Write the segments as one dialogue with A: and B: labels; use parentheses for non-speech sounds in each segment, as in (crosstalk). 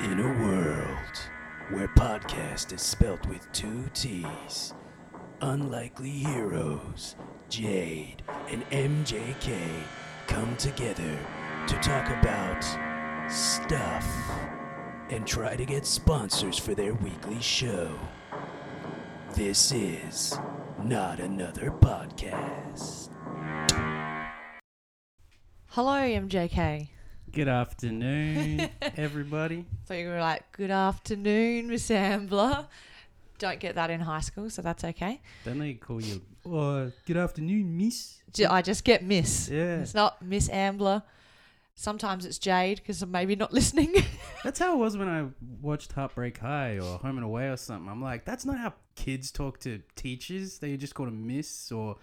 A: In a world where podcast is spelt with two T's, unlikely heroes, Jade and MJK come together to talk about stuff and try to get sponsors for their weekly show. This is not another podcast.
B: Hello, MJK.
C: Good afternoon, everybody.
B: So you were like, "Good afternoon, Miss Ambler." Don't get that in high school, so that's okay.
C: Don't they call you? Oh, good afternoon, miss.
B: J- I just get Miss.
C: Yeah.
B: It's not Miss Ambler. Sometimes it's Jade because I'm maybe not (laughs) listening.
C: That's how it was when I watched Heartbreak High or Home and Away or something. I'm like, that's not how kids talk to teachers. They just call them miss or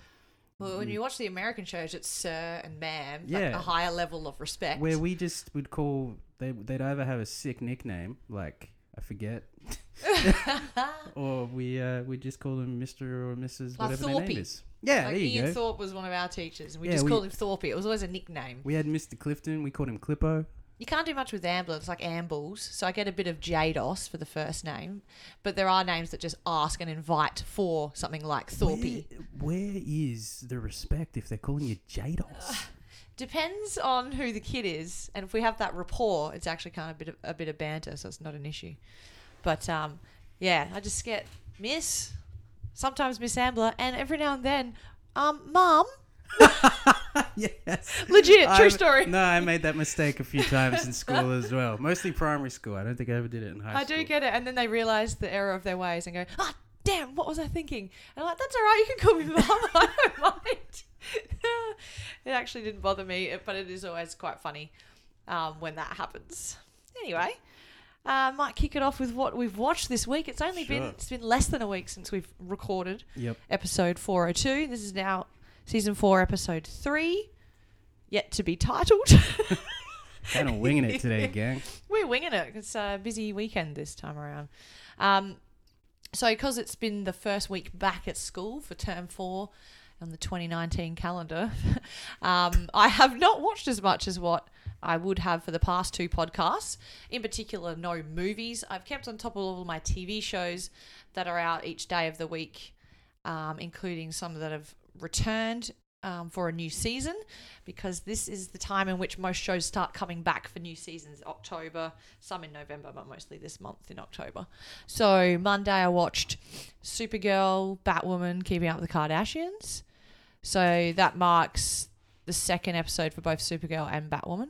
B: well, when you watch the American shows, it's Sir and Ma'am, like
C: Mm. Yeah.
B: a higher level of respect.
C: where we just would call. They they'd either have a sick nickname like
B: (laughs)
C: I forget, or we uh, we just call them Mister or Mrs.
B: Like
C: whatever their
B: Thorpey.
C: name is. Yeah,
B: like
C: there you
B: Ian
C: go.
B: Thorpe was one of our teachers, and we
C: Yeah,
B: just
C: we-
B: called him Thorpe. It was always a nickname.
C: we had Mister Clifton. We called him Clippo.
B: You can't do much with Ambler. It's like Ambles. So I get a bit of Jados for the first name, but there are names that just ask and invite for something like Thorpe.
C: Where, where is the respect if they're calling you
B: (laughs)
C: Jados?
B: Depends on who the kid is, and if we have that rapport, it's actually kind of a bit of, a bit of banter, so it's not an issue. But um, yeah, I just get Miss, sometimes Miss Ambler, and every now and then, um, Mum.
C: (laughs) yes.
B: Legit, true
C: I-
B: story.
C: No, I made that mistake a few times in school as well. Mostly primary school. I don't think I ever did it in high
B: I
C: school.
B: do get it, and then they realise the error of their ways and go, ah, damn, what was I thinking? And I'm like, that's all right, you can call me mum, (laughs) I don't mind. (laughs) it actually didn't bother me, it- but it is always quite funny um, when that happens. Anyway, uh, might kick it off with what we've watched this week. It's only been
C: Sure.
B: it's been less than a week since we've recorded
C: Yep.
B: episode 402. This is now season four, episode three, yet to be titled. (laughs)
C: Kind of winging it today, gang.
B: We're winging it. It's a busy weekend this time around. Um, so, because it's been the first week back at school for term four on the 2019 calendar, (laughs) um, I have not watched as much as what I would have for the past two podcasts. In particular, no movies. I've kept on top of all my TV shows that are out each day of the week, um, including some that have returned. Um, for a new season, because this is the time in which most shows start coming back for new seasons October, some in November, but mostly this month in October. So Monday I watched Supergirl, Batwoman, Keeping Up with the Kardashians. So that marks the second episode for both Supergirl and Batwoman.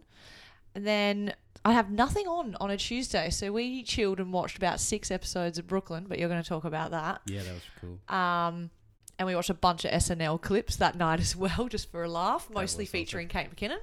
B: And then I have nothing on on a Tuesday, so we chilled and watched about six episodes of Brooklyn, but you're going to talk about that.
C: Yeah, that was cool.
B: Um, and we watched a bunch of SNL clips that night as well, (laughs) just for a laugh, mostly
C: was awesome.
B: featuring Kate McKinnon.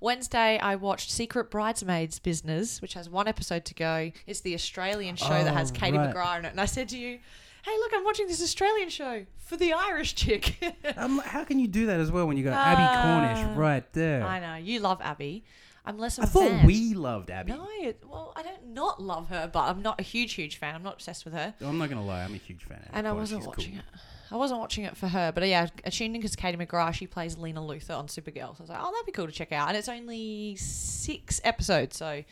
B: Wednesday, I watched Secret Bridesmaids Business, which has one episode to go. It's the Australian show that has
C: Oh,
B: Katie
C: right.
B: McGrath in it. And I said to you, hey, look, I'm watching this Australian show for the Irish chick. (laughs)
C: Um, how can you do that as well when you got Abby
B: Ah.
C: Cornish right there?
B: I
C: I,
B: know. You love Abby. I'm less of a
C: thought
B: fan.
C: we loved Abby.
B: No, it- well, I don't not love her, but I'm not a huge, huge fan. I'm not obsessed with her.
C: I'm not going to lie. I'm a huge fan. of Abby
B: And I
C: Cornish.
B: wasn't
C: She's
B: watching
C: cool.
B: it. I wasn't watching it for her, but uh, yeah, I tuned in because Katie McGrath she plays Lena Luthor on Supergirl, so I was like, oh, that'd be cool to check out. And it's only six episodes, so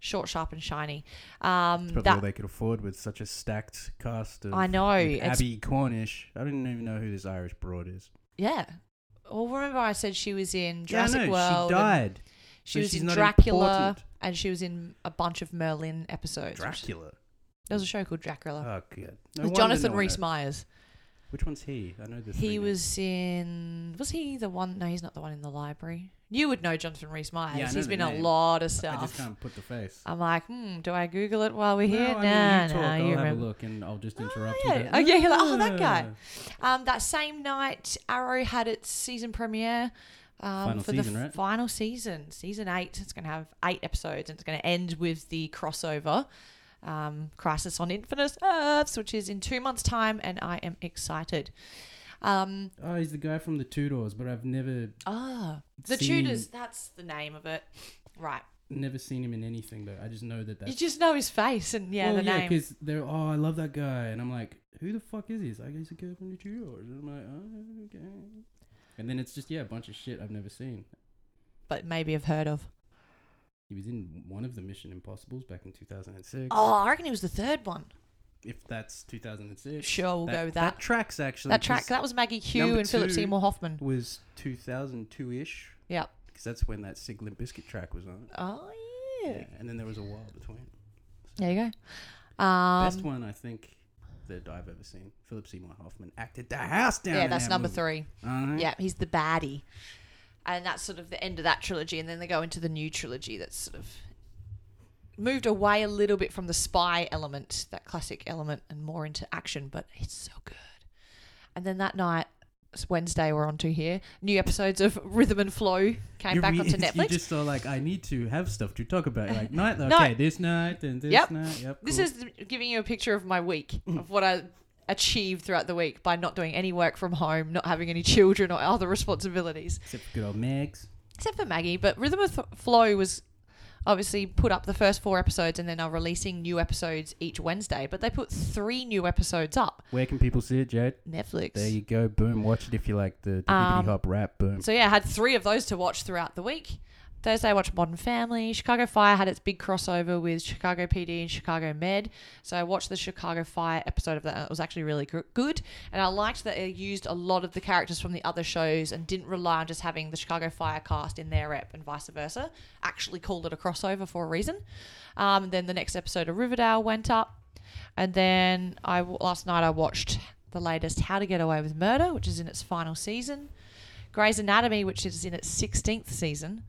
B: short, sharp, and shiny. Um,
C: Probably all
B: that
C: they could afford with such a stacked cast of
B: I know,
C: with
B: it's-
C: Abby Cornish. I didn't even know who this Irish broad is.
B: yeah. Well, remember I said she was in Jurassic
C: yeah, I know.
B: World.
C: she
B: and
C: died.
B: She
C: so
B: was
C: she's
B: in
C: not
B: Dracula,
C: important.
B: and she was in a bunch of Merlin episodes. Which,
C: Dracula.
B: there was a show called Dracula
C: Oh, good. No
B: with
C: wonder
B: Jonathan
C: no one
B: Rhys
C: knows.
B: Myers.
C: Which one's he? I know this.
B: He was in. Was he the one? No, he's not the one in the library. You would know Jonathan Rhys Myers.
C: I know
B: he's
C: the
B: been a
C: name.
B: lot of
C: I just
B: stuff.
C: can't put the face.
B: I'm like, hmm, do I Google it while we're
C: No,
B: here?
C: I mean,
B: nah,
C: you
B: nah,
C: talk, I'll
B: you
C: have a
B: remember.
C: look and I'll just
B: Oh,
C: interrupt
B: yeah.
C: you. Ah.
B: Oh, yeah, you're like, oh, that guy. Um, that same night, Arrow had its season premiere. Um,
C: Final
B: for
C: season,
B: the f-
C: right?
B: final season, season eight. It's going to have eight episodes, and it's going to end with the crossover, um, Crisis on Infinite Earths, which is in two months' time, and I am excited. Um,
C: Oh, he's the guy from the Tudors, but I've never
B: ah, the
C: Seen-
B: Tudors. That's the name of it, right?
C: never seen him in anything though. I just know that
B: You
C: that's
B: just know his face, and yeah,
C: well,
B: the
C: yeah,
B: name.
C: because they're oh, I love that guy, and I'm like, who the fuck is he? He's like, he's a guy from the Tudors, and I'm like, oh, okay. And then it's just yeah, a bunch of shit I've never seen.
B: but maybe I've heard of.
C: You He was in one of the Mission Impossibles back in 2006.
B: Oh, I reckon he was the third one.
C: If that's 2006.
B: Sure, we'll go with that.
C: That tracks actually.
B: That track
C: 'cause
B: that was Maggie Q
C: number
B: and Philip
C: two-
B: Seymour Hoffman.
C: was 2002-ish
B: Yep.
C: because that's when that Sig Limp Biscuit track was on.
B: Oh yeah.
C: Yeah, and then there was a while between.
B: There you go. Um,
C: Best one I think that I've ever seen. Philip Seymour Hoffman acted the house down.
B: yeah,
C: in
B: that's
C: that
B: number
C: movie.
B: three.
C: Alright.
B: Yeah, he's the baddie. And that's sort of the end of that trilogy. And then they go into the new trilogy that's sort of moved away a little bit from the spy element, that classic element, and more into action, but it's so good. And then that night, it's Wednesday, we're on to here. New episodes of Rhythm and Flow came
C: You
B: back
C: re-
B: onto
C: (laughs) You
B: Netflix.
C: just saw like I need to have stuff to talk about. You're
B: (laughs)
C: Like night,
B: No.
C: okay, this night and this
B: Yep.
C: night. Yep.
B: This
C: cool.
B: is th- giving you a picture of my week,
C: Mm.
B: of what I achieved throughout the week by not doing any work from home, not having any children or other responsibilities.
C: except for good old Megs.
B: except for Maggie. But Rhythm of Th- Flow was obviously put up the first four episodes, and then are releasing new episodes each Wednesday. But they put three new episodes up
C: Where can people see it, Jade?
B: Netflix.
C: There you go. Boom. Watch it if you like the
B: Um,
C: diggity hop rap. Boom.
B: so yeah, I had three of those to watch throughout the week. Thursday, I watched Modern Family. Chicago Fire had its big crossover with Chicago PD and Chicago Med. So I watched the Chicago Fire episode of that. and It was actually really gr- good. And I liked that it used a lot of the characters from the other shows and didn't rely on just having the Chicago Fire cast in their rep and vice versa. Actually called it a crossover for a reason. Um, then the next episode of Riverdale went up. And then I w- last night I watched the latest How to Get Away with Murder, which is in its final season. Grey's Anatomy, which is in its 16th season.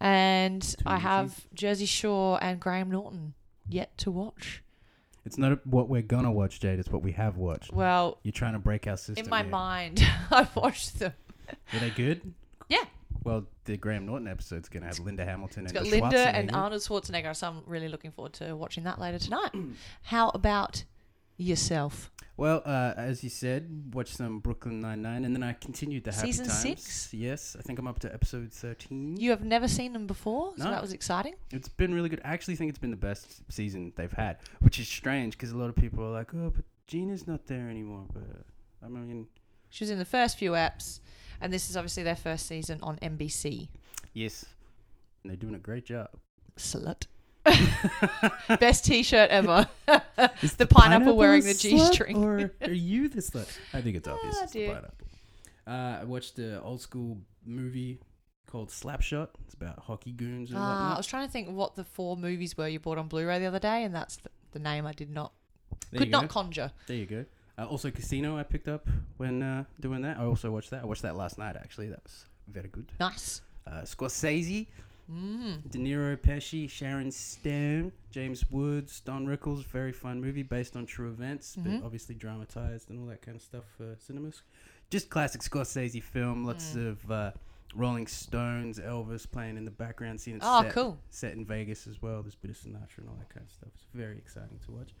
B: And I
C: new
B: have Jersey Shore and Graham Norton yet to watch.
C: It's not what we're gonna watch, Jade. It's what we have watched.
B: Well,
C: You're trying to break our system.
B: in my
C: here.
B: mind, (laughs) I've watched them.
C: Were they good?
B: Yeah.
C: Well, the Graham Norton episode's gonna have Linda Hamilton
B: It's
C: and
B: got Linda and
C: Schwarzenegger.
B: Arnold Schwarzenegger, so I'm really looking forward to watching that later
C: (clears throat)
B: tonight. How about yourself?
C: Well, uh, as you said, watch some Brooklyn Nine Nine, and then I continued the Happy
B: Season
C: Times.
B: six?
C: Yes, I think I'm up to episode thirteen.
B: You have never seen them before, so
C: No.
B: that was exciting.
C: It's been really good. I actually think it's been the best season they've had, which is strange because a lot of people are like, "Oh, but Gina's not there anymore." But I mean,
B: She was in the first few eps, and this is obviously their first season on NBC.
C: yes, and they're doing a
B: (laughs)
C: great job. (laughs)
B: Slut. Best T-shirt ever.
C: (laughs) Is
B: (laughs) the pineapple wearing the
C: a
B: G
C: slut,
B: string.
C: Or are you the slut? I think it's obvious.
B: (laughs) Ah,
C: it's the
B: dear.
C: pineapple. Uh, I watched the old school movie called Slapshot. It's about hockey goons and
B: Ah, I
C: whatnot.
B: was trying to think what the four movies were you bought on Blu-ray the other day, and that's the, the name I did not
C: There
B: could
C: you go.
B: not conjure.
C: There you go. Uh, also, Casino I picked up when uh, doing that. I also watched that. I watched that last night, actually. That was very good.
B: Nice.
C: Uh, Scorsese,
B: Mm.
C: (laughs) De Niro, Pesci, Sharon Stone, James Woods, Don Rickles. Very fun movie based on true events,
B: Mhm.
C: but obviously dramatized and all that kind of stuff for cinemas. Just classic Scorsese film. Lots
B: Mm.
C: of uh, Rolling Stones, Elvis playing in the background scene. It's
B: Oh,
C: set-
B: cool.
C: Set in Vegas as well. There's a bit of Sinatra and all that kind of stuff. It's very exciting to watch.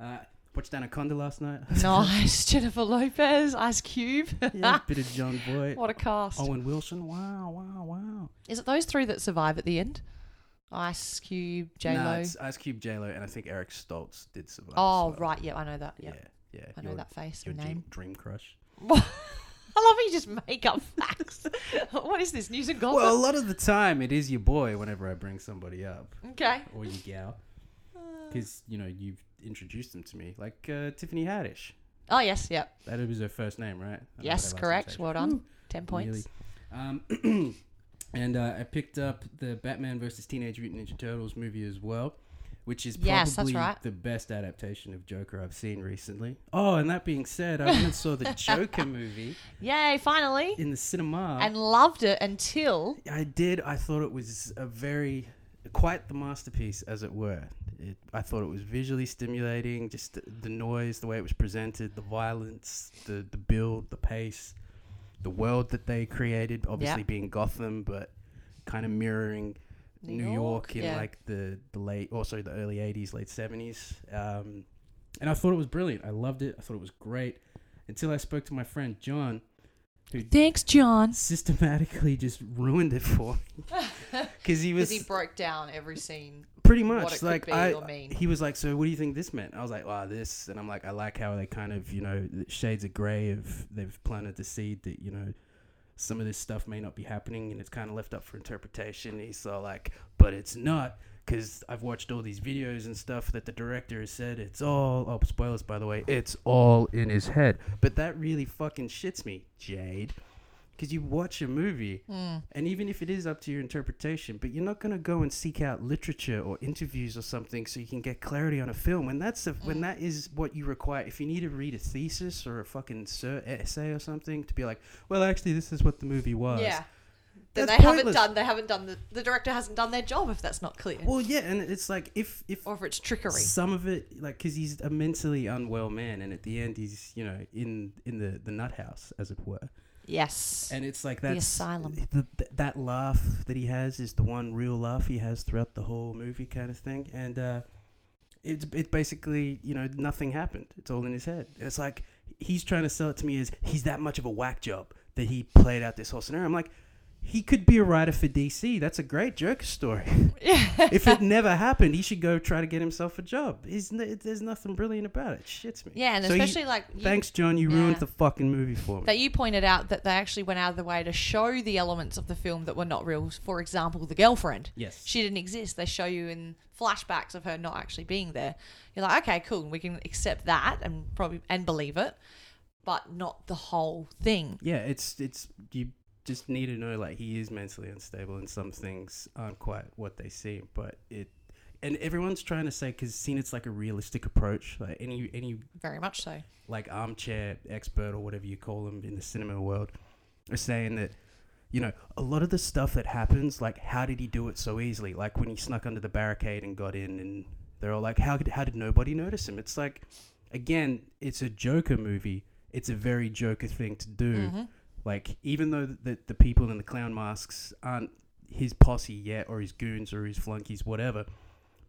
C: Uh, watched Anaconda last night. (laughs)
B: Nice. Jennifer Lopez, Ice Cube.
C: yeah,
B: (laughs)
C: bit Oh, of John Boyd.
B: Ah. what a cast.
C: Owen Wilson. Wow, wow, wow.
B: Is it those three that survive at the end? Ice Cube, J Lo.
C: Nah, it's Ice Cube, J Lo, and I think Eric Stoltz did survive. as
B: oh
C: well.
B: right, yeah, I know that. Yeah,
C: Yeah, yeah.
B: I know
C: your,
B: that face
C: Your
B: and name. (laughs)
C: dream, dream crush.
B: I love how you just make up facts. (laughs) what is this news and gossip?
C: Well, a lot of the time it is your boy whenever I bring somebody up
B: okay.
C: or your gal,
B: Uh.
C: because you know you've introduced them to me, like uh, Tiffany Haddish.
B: Oh yes, yep,
C: That was her first name, right? I don't know what
B: yes,
C: her last name's
B: correct.
C: actually.
B: Well done. Ten points.
C: Nearly. Um, (clears throat) and uh, I picked up the Batman versus Teenage Mutant Ninja Turtles movie as well, which is probably
B: Yes, that's right.
C: the best adaptation of Joker I've seen recently. Oh, and that being said, I went and saw
B: (laughs)
C: the Joker movie
B: Yay! Finally.
C: in the cinema.
B: and loved it until
C: I did. I thought it was a very, quite the masterpiece, as it were. It, I thought it was visually stimulating, just the, the noise, the way it was presented, the violence, the, the build, the pace, the world that they created, obviously being Gotham, but kind of mirroring
B: New
C: New,
B: York,
C: York, in
B: yeah.
C: like the, the late, also the early 80s, late 70s. Um, and I thought it was brilliant. I loved it. I thought it was great until I spoke to my friend John, who
B: thanks john
C: systematically just ruined it for
B: (laughs)
C: me because he was
B: because he broke down every scene
C: pretty
B: what it
C: much
B: could
C: like
B: be
C: I,
B: or mean.
C: he was like so what do you think this meant i was like wow this and i'm like i like how they kind of you know the shades of gray of they've planted the seed that you know some of this stuff may not be happening and it's kind of left up for interpretation. He's so like, but it's not because I've watched all these videos and stuff that the director has said it's all. Oh, spoilers by the way, it's all in his head. But that really fucking shits me, Jade. Because you watch a movie,
B: Hmm.
C: and even if it is up to your interpretation, but you're not going to go and seek out literature or interviews or something so you can get clarity on a film. When that's the
B: Hmm.
C: when that is what you require, if you need to read a thesis or a fucking ser- essay or something to be like, well, actually, this is what the movie was.
B: Yeah. That
C: That's
B: they haven't
C: pointless.
B: done. They haven't done the. The director hasn't done their job if that's not clear,
C: Well, yeah, and it's like if if
B: or if it's trickery.
C: Some of it, like, because he's a mentally unwell man, and at the end, he's you know in in the the nut house, as it were.
B: Yes.
C: And it's like that's
B: asylum.
C: th- th- that laugh that he has is the one real laugh he has throughout the whole movie, kind of thing. And uh, it's it's basically you know nothing happened. It's all in his head. And it's like he's trying to sell it to me as he's that much of a whack job that he played out this whole scenario. I'm like. He could be a writer for DC. That's a great
B: (laughs)
C: Joker story. if it never happened, he should go try to get himself a job. He's n- there's nothing brilliant about it. Shits me.
B: yeah, and
C: So you-
B: especially like you-
C: thanks, John. You ruined
B: Yeah.
C: the fucking movie for me.
B: that you pointed out that they actually went out of the way to show the elements of the film that were not real. For example, the girlfriend.
C: Yes.
B: She didn't exist. They show you in flashbacks of her not actually being there. You're like, okay, cool. We can accept that and probably and believe it, but not the whole thing.
C: yeah, it's it's you just need to know like he is mentally unstable and some things aren't quite what they seem. But it and everyone's trying to say because seen it's like a realistic approach. Like any any
B: Very much so.
C: like armchair expert or whatever you call them in the cinema world are saying that you know a lot of the stuff that happens like how did he do it so easily like when he snuck under the barricade and got in and they're all like how could how did nobody notice him it's like again it's a joker movie it's a very joker thing to do
B: Mm-hmm.
C: like even though the, the people in the clown masks aren't his posse yet or his goons or his flunkies whatever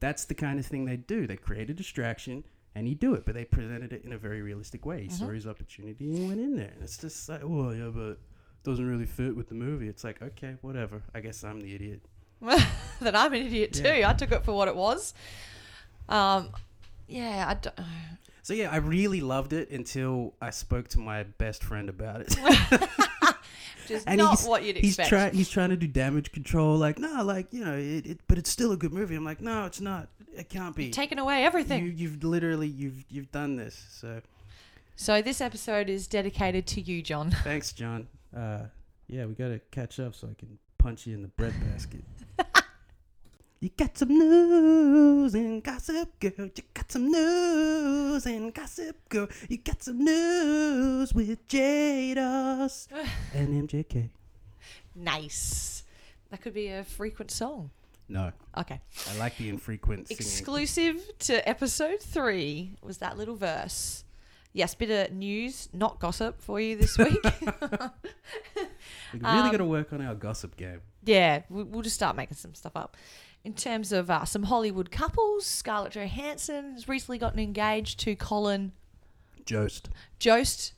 C: that's the kind of thing they do they create a distraction and he do it but they presented it in a very realistic way he saw his opportunity and he went in there and it's just like well yeah but doesn't really fit with the movie it's like okay whatever i guess i'm the idiot
B: (laughs) that I'm an idiot too.
C: Yeah.
B: I took it for what it was. Um, yeah, I don't.
C: so yeah i really loved it until i spoke to my best friend about it
B: Just
C: And
B: not
C: he's-
B: what you'd
C: (laughs) he's
B: expect.
C: trying he's trying to do damage control like no like you know it, it but it's still a good movie i'm like no it's not it can't be
B: Taken away everything.
C: you, you've literally you've you've done this so
B: so this episode is dedicated to you, John. (laughs)
C: thanks john uh yeah we gotta catch up so i can punch you in the bread
B: (laughs)
C: basket you got some news and gossip girl you got some news and gossip girl you got some news with
B: (sighs)
C: jados and mjk
B: Nice. That could be a frequent song.
C: no
B: Okay.
C: i like the infrequent singing.
B: Exclusive to episode three was that little verse. Yes, bit of news, not gossip for you this
C: (laughs)
B: week.
C: We really
B: Um,
C: got to work on our gossip game.
B: Yeah, we- we'll just start making some stuff up. In terms of uh, some Hollywood couples, Scarlett Johansson has recently gotten engaged to Colin
C: Jost.
B: Jost,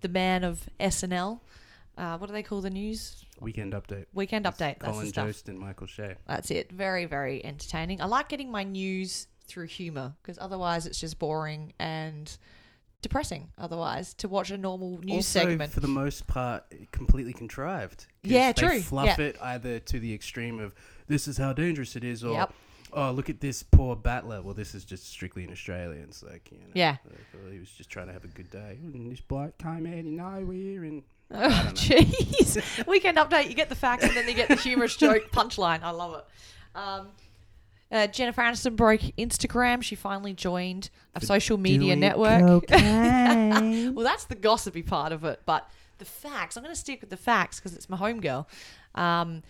B: the man of SNL. Uh, what do they call the news?
C: Weekend update.
B: Weekend Update. That's the
C: Colin
B: stuff.
C: Jost and Michael Shea.
B: That's it. Very, very entertaining. I like getting my news through humor because otherwise it's just boring and depressing. Otherwise, to watch a normal news
C: also,
B: segment.
C: for the most part, completely contrived. 'Cause
B: Yeah,
C: they
B: true.
C: Fluff
B: Yeah.
C: it either to the extreme of this is how dangerous it is, or
B: Yep.
C: oh look at this poor battler. Well, this is just strictly an Australian. It's like you know,
B: Yeah.
C: like, oh, he was just trying to have a good day. And this bloke came out of nowhere
B: (laughs)
C: and
B: Oh, (laughs) jeez. Weekend update, you get the facts and then you get the humorous (laughs) joke punchline. I love it. Um, uh, Jennifer Aniston broke Instagram. She finally joined a social media
C: doing
B: network.
C: cocaine.
B: well, that's the gossipy part of it, but the facts. I'm going to stick with the facts because it's my homegirl. Um,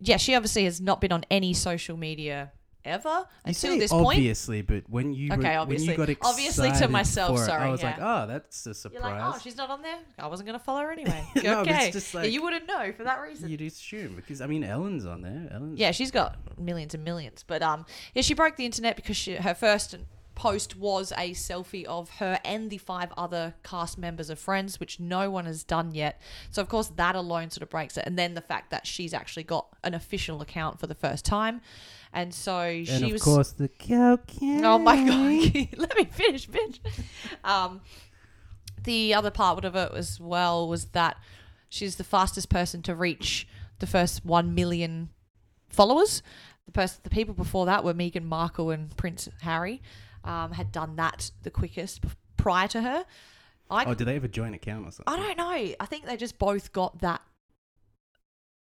B: yeah, she obviously has not been on any social media ever
C: You
B: (laughs) until
C: say
B: this point.
C: obviously, but when you
B: Okay,
C: were, when
B: obviously.
C: you got excited
B: Obviously to myself,
C: for it,
B: sorry,
C: I was
B: yeah.
C: like, oh, that's a surprise.
B: You're like, oh, she's not on there. I wasn't going to follow her anyway. Okay,
C: (laughs) No, but it's just
B: yeah,
C: like-
B: you wouldn't know for that reason.
C: You'd assume because I mean Ellen's on there. Ellen's
B: Yeah, she's got millions and millions. But um, yeah, she broke the internet because she, her first post was a selfie of her and the five other cast members of Friends, which no one has done yet. So of course that alone sort of breaks it, and then the fact that she's actually got an official account for the first time, and so
C: and
B: she
C: of
B: was.
C: course the cocaine.
B: Oh my god! (laughs) Let me finish, bitch. Um, the other part of it as well was that She's the fastest person to reach the first 1 million followers. The, pers- the people before that were Meghan Markle and Prince Harry, um, had done that the quickest p- prior to her. I,
C: Oh, do they have a joint account or something?
B: I don't know. I think they just both got that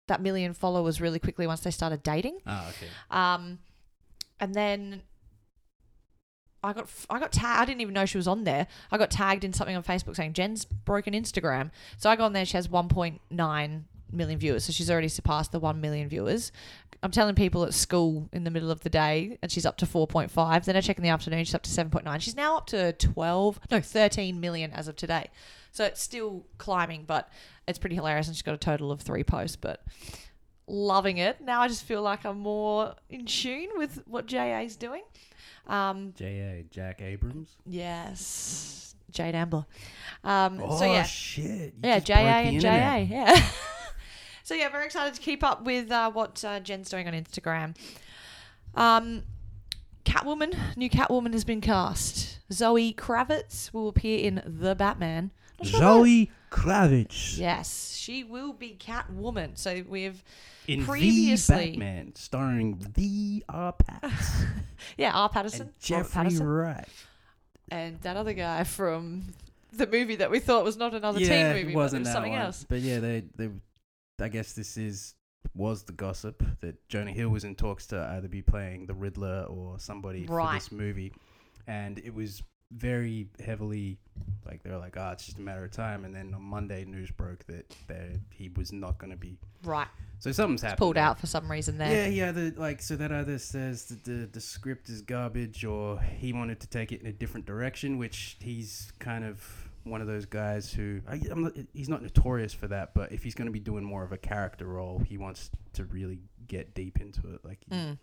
B: that million followers really quickly once they started dating.
C: Oh, okay.
B: Um, and then I got I got tagged. I didn't even know she was on there. I got tagged in something on Facebook saying Jen's broken Instagram. So I go on there. She has 1.9 million viewers. So she's already surpassed the 1 million viewers. I'm telling people at school in the middle of the day, and she's up to 4.5. Then I check in the afternoon. She's up to 7.9. She's now up to 12, no 13 million as of today. So it's still climbing, but it's pretty hilarious. And she's got a total of three posts, but loving it. Now I just feel like I'm more in tune with what JA's doing. Um,
C: J.A. Jack Abrams.
B: yes, Jade Ambler. Um,
C: oh,
B: so yeah,
C: shit. You
B: yeah,
C: just
B: JA
C: broke the
B: and JA,
C: internet.
B: yeah. (laughs) so yeah, very excited to keep up with uh, what uh, Jen's doing on Instagram. Um, Catwoman, new Catwoman has been cast. Zoe Kravitz will appear in The Batman. Not sure about-
C: Zoe Kravitz
B: Yes, she will be Catwoman. So we've
C: in
B: Previously-
C: The Batman, starring the
B: (laughs)
C: R. Pats
B: (laughs) yeah, R. Patterson,
C: and
B: Robert
C: Jeffrey
B: Patterson.
C: Wright.
B: and that other guy from the movie that we thought was not another
C: yeah,
B: Oh, teen movie,
C: it wasn't
B: but it was
C: that
B: something
C: one.
B: else.
C: But yeah, they, they, I guess this is was the gossip that Jonah Hill was in talks to either be playing the Riddler or somebody for
B: Right.
C: this movie, and it was very heavily like they were like, ah, it's just a matter of time. And then on Monday, news broke that they, he was not going to be.
B: Right,
C: So something's happened.
B: pulled
C: there.
B: out for some reason there.
C: Yeah, yeah. The, like, so that either says that the the script is garbage, or he wanted to take it in a different direction, which he's kind of one of those guys who I, I'm not, he's not notorious for that, but if he's going to be doing more of a character role, he wants to really get deep into it. Like,
B: Mm.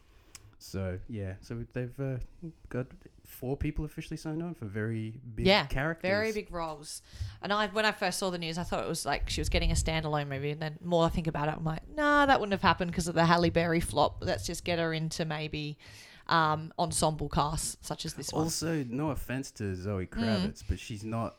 C: so yeah, so they've uh, got four people officially signed on for very big
B: Yeah,
C: characters.
B: Very big roles. And I when I first saw the news, I thought it was like she was getting a standalone movie. And then more I think about it, I'm like, nah, that wouldn't have happened because of the Halle Berry flop. Let's just get her into maybe um, ensemble casts such as this one.
C: Also, no offense to
B: Mm.
C: Zoe Kravitz, but she's not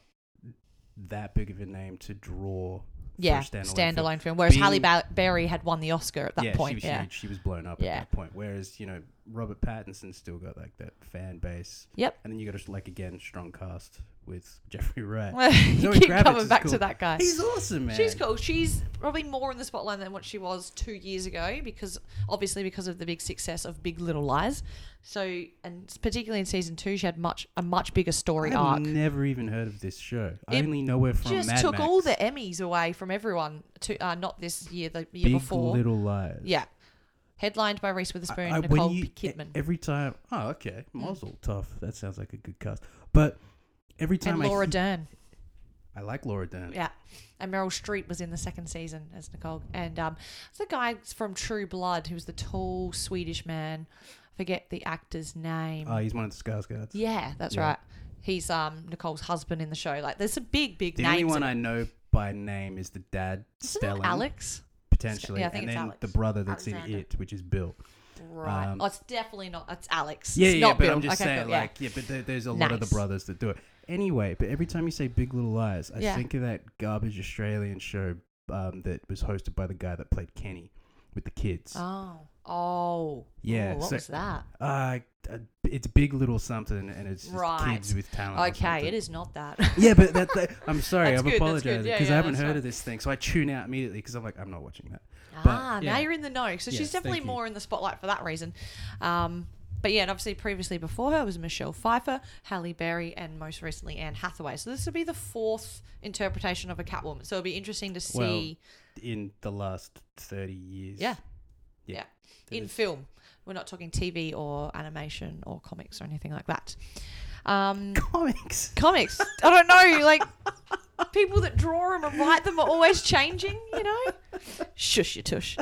C: that big of a name to draw. for
B: yeah,
C: a
B: standalone,
C: film.
B: film. Whereas
C: Being-
B: Halle Ba- Berry had won the Oscar at that
C: yeah,
B: point.
C: she was
B: yeah.
C: huge. She was blown up
B: Yeah.
C: at that point. Whereas you know Robert Pattinson still got like that fan base.
B: Yep. (laughs)
C: And then you got a, like again strong cast with (laughs) Jeffrey Wright.
B: you
C: Zoe
B: keep
C: Kravitz
B: coming
C: is
B: back to
C: cool.
B: that guy.
C: He's awesome, man.
B: She's cool. She's probably more in the spotlight than what she was two years ago because obviously because of the big success of Big Little Lies. So and particularly in season two, she had much a much bigger story
C: I've
B: arc.
C: never even heard of this show. I
B: It
C: only know her from
B: Just
C: Mad
B: took
C: Max.
B: all the Emmys away from everyone. To uh, not this year, the year
C: Big
B: before.
C: Little Lies.
B: yeah, headlined by Reese
C: I-
B: Witherspoon,
C: I- when
B: Nicole
C: you-
B: P- Kidman, Mm.
C: e- Every time, oh okay, Mazel tough. That sounds like a good cast. But every time
B: and
C: I,
B: Laura
C: he-
B: Dern.
C: I like Laura Dern.
B: Yeah. And Meryl Streep was in the second season as Nicole. And um, it's the guy from True Blood who's the tall Swedish man. I forget the actor's name.
C: Oh, he's one of the Skarsgårds.
B: yeah, that's
C: yeah.
B: right. He's um, Nicole's husband in the show. Like, there's some big, big
C: The
B: names.
C: only one
B: in-
C: I know by name is the dad,
B: Isn't that
C: Stellan.
B: Alex?
C: potentially,
B: Yeah, I think
C: and
B: it's
C: then
B: Alex.
C: the brother that's
B: Alexander.
C: in it, which is Bill.
B: Right.
C: Um,
B: oh, it's definitely not. It's Alex.
C: Yeah,
B: it's
C: yeah,
B: not
C: but
B: Bill.
C: I'm just
B: okay,
C: saying,
B: cool,
C: like, yeah, but there, there's a lot of the
B: Nice.
C: brothers that do it anyway. But every time you say Big Little Lies, I
B: Yeah.
C: think of that garbage Australian show um, that was hosted by the guy that played Kenny with the kids.
B: yeah. Oh. Oh.
C: Yeah,
B: Ooh, what
C: so-
B: was that?
C: Uh, uh, it's Big Little Something, and it's just
B: Right.
C: kids with talent. or
B: Okay,
C: something.
B: it is not that.
C: (laughs) Yeah, but that, that-
B: (laughs)
C: I'm sorry,
B: That's good, that's
C: I'm
B: good.
C: apologizing
B: Yeah,
C: because
B: yeah,
C: I haven't
B: that's
C: heard
B: fine.
C: of this thing, so I tune out immediately because I'm like, I'm not watching that.
B: Ah, now
C: yeah.
B: you're in the know. So
C: Yes,
B: she's definitely
C: thank you.
B: more in the spotlight for that reason. Um, but yeah, and obviously previously before her was Michelle Pfeiffer, Halle Berry, and most recently Anne Hathaway. So this will be the fourth interpretation of a Catwoman. So it'll be interesting to see,
C: Well, in the last 30 years.
B: yeah,
C: Yeah.
B: yeah,
C: It
B: in
C: is-
B: film. We're not talking TV or animation or comics or anything like that. Um,
C: (laughs) Comics.
B: comics, I don't know, like people that draw them and write them are always changing. You know, shush your tush.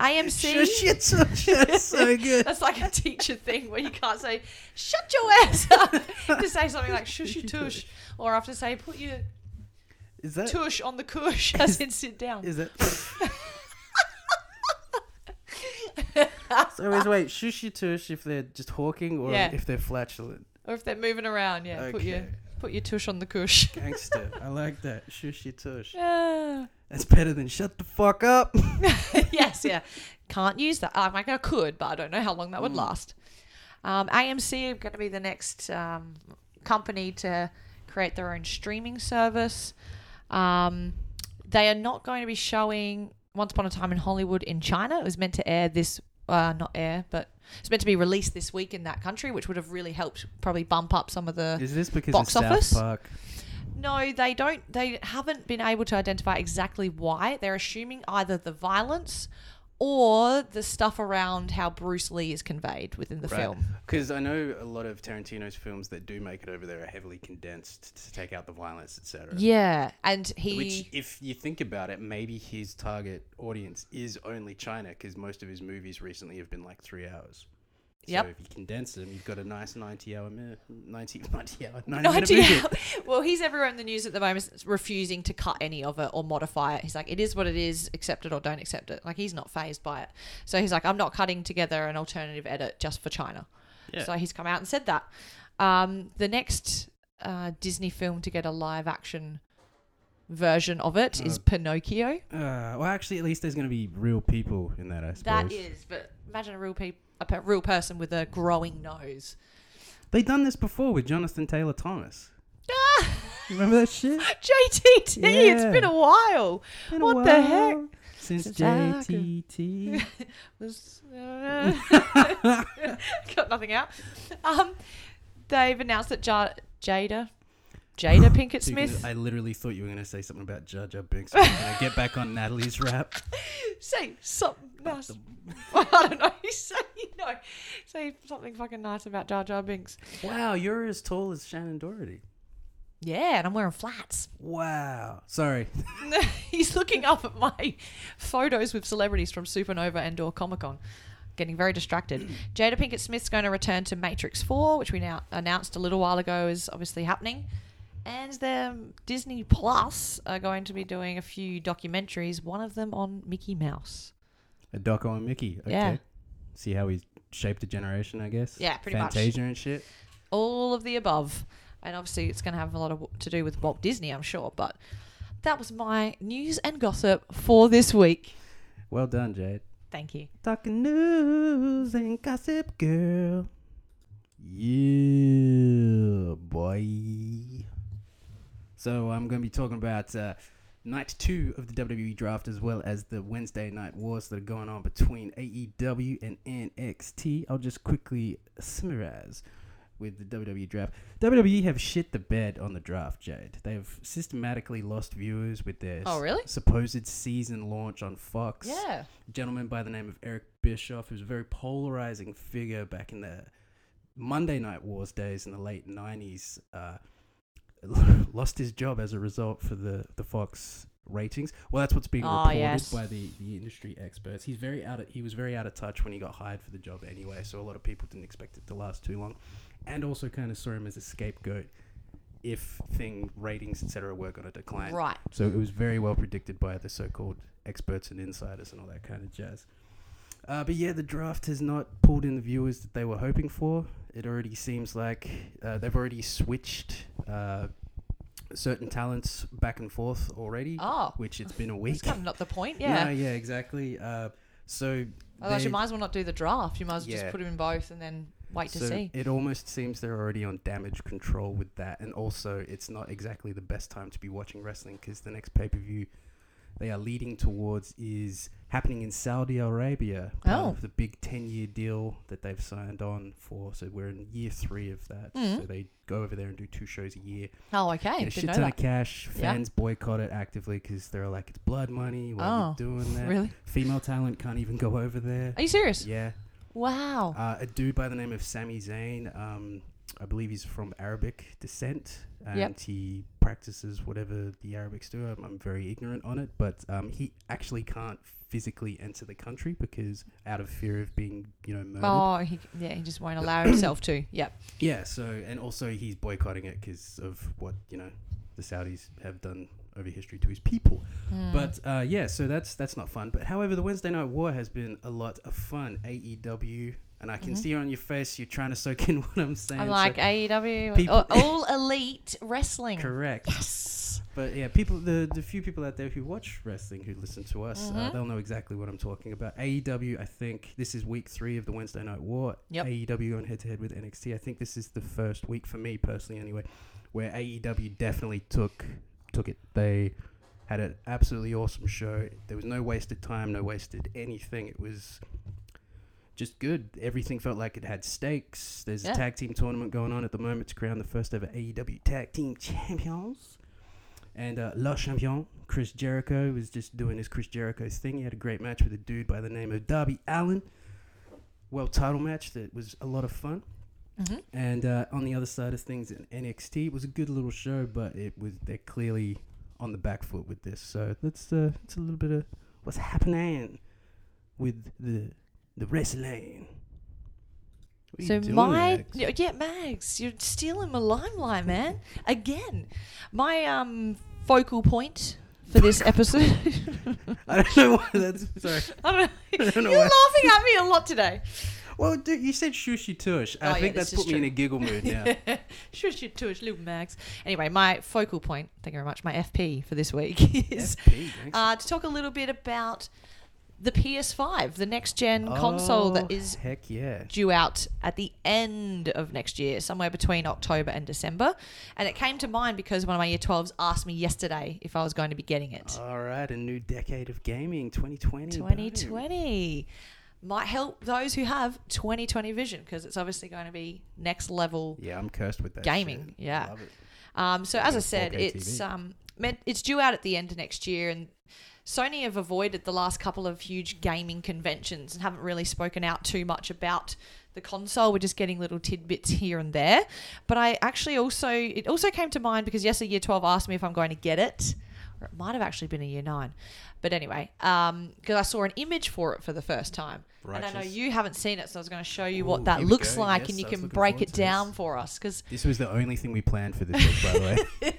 B: AMC. (laughs)
C: Shush, it's so, that's so good.
B: That's like a teacher thing where you can't say "shut your ass up" to say something like "shush your tush," or after say "put your
C: Is that?
B: tush on the cush," (laughs) as in sit down.
C: (laughs)
B: (laughs)
C: Is it? so always wait, shush your tush if they're just hawking or
B: Yeah.
C: if they're flatulent.
B: Or if they're moving around, yeah, put your
C: Okay. (laughs)
B: put your tush on the cush. (laughs)
C: Gangster. I like that. Shush your tush.
B: Yeah.
C: That's better than shut the fuck up.
B: (laughs) yes, yeah. Can't use that. Um, I could, but I don't know how long that would last. Um, AMC are going to be the next um, company to create their own streaming service. Um, they are not going to be showing Once Upon a Time in Hollywood in China. It was meant to air this, uh, not air, but it's meant to be released this week in that country, which would have really helped probably bump up some of the.
C: (laughs) Is this because
B: Box
C: of South
B: office?
C: Park?
B: No, they don't. They haven't been able to identify exactly why. They're assuming either the violence or the stuff around how Bruce Lee is conveyed within the film.
C: Because I know a lot of Tarantino's films that do make it over there are heavily condensed to take out the violence, etc.
B: Yeah, and he.
C: Which, if you think about it, maybe his target audience is only China because most of his movies recently have been like three hours.
B: Yep.
C: So if you condense them, you've got a nice 90 hour minute, (laughs) 90, 90 hour, 90,
B: No,
C: minute
B: do you-
C: movie.
B: (laughs) well, he's everywhere in the news at the moment, s- refusing to cut any of it or modify it. He's like, it is what it is, accept it or don't accept it. Like, he's not phased by it. So he's like, I'm not cutting together an alternative edit just for China.
C: Yeah.
B: So he's come out and said that. Um, the next uh, Disney film to get a live action version of it is Pinocchio.
C: (laughs) Uh, well, actually, at least there's going to be real people in that, I suppose.
B: That is, but imagine a real pe- a pe- real person with a growing nose.
C: They done this before with Jonathan
B: (laughs)
C: Taylor Thomas. You remember that shit?
B: JTT, it's
C: Yeah.
B: been a while.
C: Been a
B: what the heck?
C: while Since
B: Since I could- (laughs)
C: JTT.
B: was uh, (laughs) got nothing out. Um, they've announced that ja- Jada, Jada Pinkett
C: Dude,
B: Smith.
C: I literally thought you were going to say something about Jar Jar Binks. Can I get back on Natalie's rap?
B: (laughs) Say something nice. (laughs) I don't know. (laughs) Say no. Say something fucking nice about Jar Jar Binks.
C: Wow, you're as tall as Shannon Doherty.
B: Yeah, and I'm wearing flats.
C: Wow. Sorry. (laughs)
B: (laughs) He's looking up at my photos with celebrities from Supernova and or Comic Con. Getting very distracted. Jada Pinkett Smith's going to return to Matrix 4, which we now announced a little while ago is obviously happening. And then Disney Plus are going to be doing a few documentaries, one of them on Mickey Mouse.
C: A doco on Mickey. Okay.
B: Yeah.
C: See how he's shaped a generation, I guess.
B: Yeah, pretty much.
C: Fantasia and shit.
B: All of the above. And obviously, it's going to have a lot of w- to do with Walt Disney, I'm sure. But that was my news and gossip for this week.
C: Well done, Jade.
B: Thank you.
C: Talking news and gossip, girl. Yeah, boy. So I'm going to be talking about uh, night two of the WWE draft, as well as the Wednesday night wars that are going on between AEW and NXT. I'll just quickly summarize with the WWE draft. WWE have shit the bed on the draft, Jade. They've systematically lost viewers with their
B: Oh,
C: s-
B: really?
C: supposed season launch on Fox
B: Yeah.
C: gentleman by the name of Eric Bischoff, who's a very polarizing figure back in the Monday Night Wars days in the late 90s, uh, (laughs) lost his job as a result for the, the Fox ratings. Well, that's what's being
B: Oh,
C: reported
B: yes.
C: by the, the industry experts. He's very out of, he was very out of touch when he got hired for the job anyway, so a lot of people didn't expect it to last too long. And also kind of saw him as a scapegoat if thing ratings etc were going to decline.
B: Right.
C: So it was very well predicted by the so-called experts and insiders and all that kind of jazz. Uh, but yeah, the draft has not pulled in the viewers that they were hoping for. It already seems like uh, they've already switched uh, certain talents back and forth already,
B: Oh.
C: which it's been a
B: That's
C: week.
B: kind of not the point.
C: No,
B: Yeah. Oh,
C: yeah, exactly. Uh, so
B: Otherwise, you
C: they-
B: might as well not do the draft. You might as well
C: Yeah.
B: just put them in both and then wait to
C: so
B: see.
C: It almost seems they're already on damage control with that, and also it's not exactly the best time to be watching wrestling because the next pay per view they are leading towards is happening in Saudi Arabia. part
B: Oh.
C: of the big ten year deal that they've signed on for. So we're in year three of that. So they go over there and do two shows a year.
B: Oh, okay.
C: Get a
B: Mm-hmm. Didn't
C: shit
B: know
C: ton of
B: that.
C: cash.
B: Yeah.
C: Fans boycott it actively because they're like, it's blood money. Why are
B: Oh,
C: you doing that?
B: Really?
C: Female talent can't even go over there.
B: Are you serious?
C: Yeah.
B: Wow.
C: Uh, a dude by the name of Sami Zayn. Um, I believe he's from Arabic descent, and
B: Yep.
C: he practices whatever the Arabics do. I'm, I'm very ignorant on it, but um, he actually can't physically enter the country because out of fear of being, you know, murdered.
B: Oh, he, yeah. He just won't allow himself
C: (coughs)
B: to. Yep.
C: Yeah. So, and also he's boycotting it because of what you know the Saudis have done over history to his people.
B: Hmm. Mm.
C: But uh, yeah, so that's that's not fun. But however, the Wednesday Night War has been a lot of fun. AEW E and I can see on your face you're trying to soak in (laughs) what I'm saying.
B: I'm
C: so-
B: like AEW,
C: people-
B: uh,
C: (coughs)
B: all elite wrestling.
C: correct.
B: Yes.
C: But yeah, people, the, the few people out there who watch wrestling who listen to us, uh,
B: Mhm.
C: they'll know exactly what I'm talking about. AEW, I think this is week three of the Wednesday Night War.
B: Yep.
C: AEW going head to head with NXT. I think this is the first week for me personally, anyway, where AEW definitely took took it. They had an absolutely awesome show. There was no wasted time, no wasted anything. It was just good. Everything felt like it had stakes. There's
B: Yeah.
C: a tag team tournament going on at the moment to crown the first ever AEW tag team champions. And uh, La Champion, Chris Jericho, was just doing his Chris Jericho thing. He had a great match with a dude by the name of Darby Allen. World title match that was a lot of fun.
B: hmm
C: And uh, on the other side of things, in NXT was a good little show, but it was they're clearly on the back foot with this. So that's uh, that's a little bit of what's happening with the the wrestling. What are you
B: So
C: doing,
B: my
C: Alex?
B: y- (laughs) yeah, Mags, you're stealing my limelight, man. Again, my um focal point for this episode.
C: I don't know why that's sorry.
B: (laughs) I don't know.
C: (laughs) I don't know
B: You're
C: why.
B: laughing at me a lot today.
C: Well, dude, you said shushy tush.
B: Oh,
C: I
B: yeah,
C: think
B: this
C: that's
B: is
C: put me in
B: true.
C: a
B: (laughs)
C: giggle mood now.
B: Shush your tush, little Mags. Anyway, my focal point. Thank you very much. My FP for this week (laughs) is
C: FP, thanks.
B: uh, to talk a little bit about the PS5, the next gen console that
C: Oh,
B: is
C: heck yeah.
B: due out at the end of next year, somewhere between October and December. And it came to mind because one of my year 12s asked me yesterday if I was going to be getting it.
C: All right, a new decade of gaming, 2020. boom.
B: 2020 might help those who have 2020 vision because it's obviously going to be next level
C: Yeah, I'm cursed with that.
B: Gaming,
C: shit.
B: yeah.
C: Love it.
B: Um, so as I
C: Yeah,
B: said,
C: 4K
B: it's
C: TV.
B: um, meant it's due out at the end of next year, and Sony have avoided the last couple of huge gaming conventions and haven't really spoken out too much about the console. We're just getting little tidbits here and there. But I actually also it also came to mind because yes, a year twelve asked me if I'm going to get it. Or it might have actually been a year nine, but anyway, because I saw an image for it for the first time, and I know
C: Righteous.
B: you haven't seen it, so I was going to show you
C: Ooh,
B: what that
C: here we
B: looks
C: go.
B: like,
C: Yes,
B: and you
C: I was
B: can
C: looking
B: break
C: forward
B: it
C: to this.
B: down for us because
C: This was the only thing we planned for this week,
B: (laughs)
C: by the way.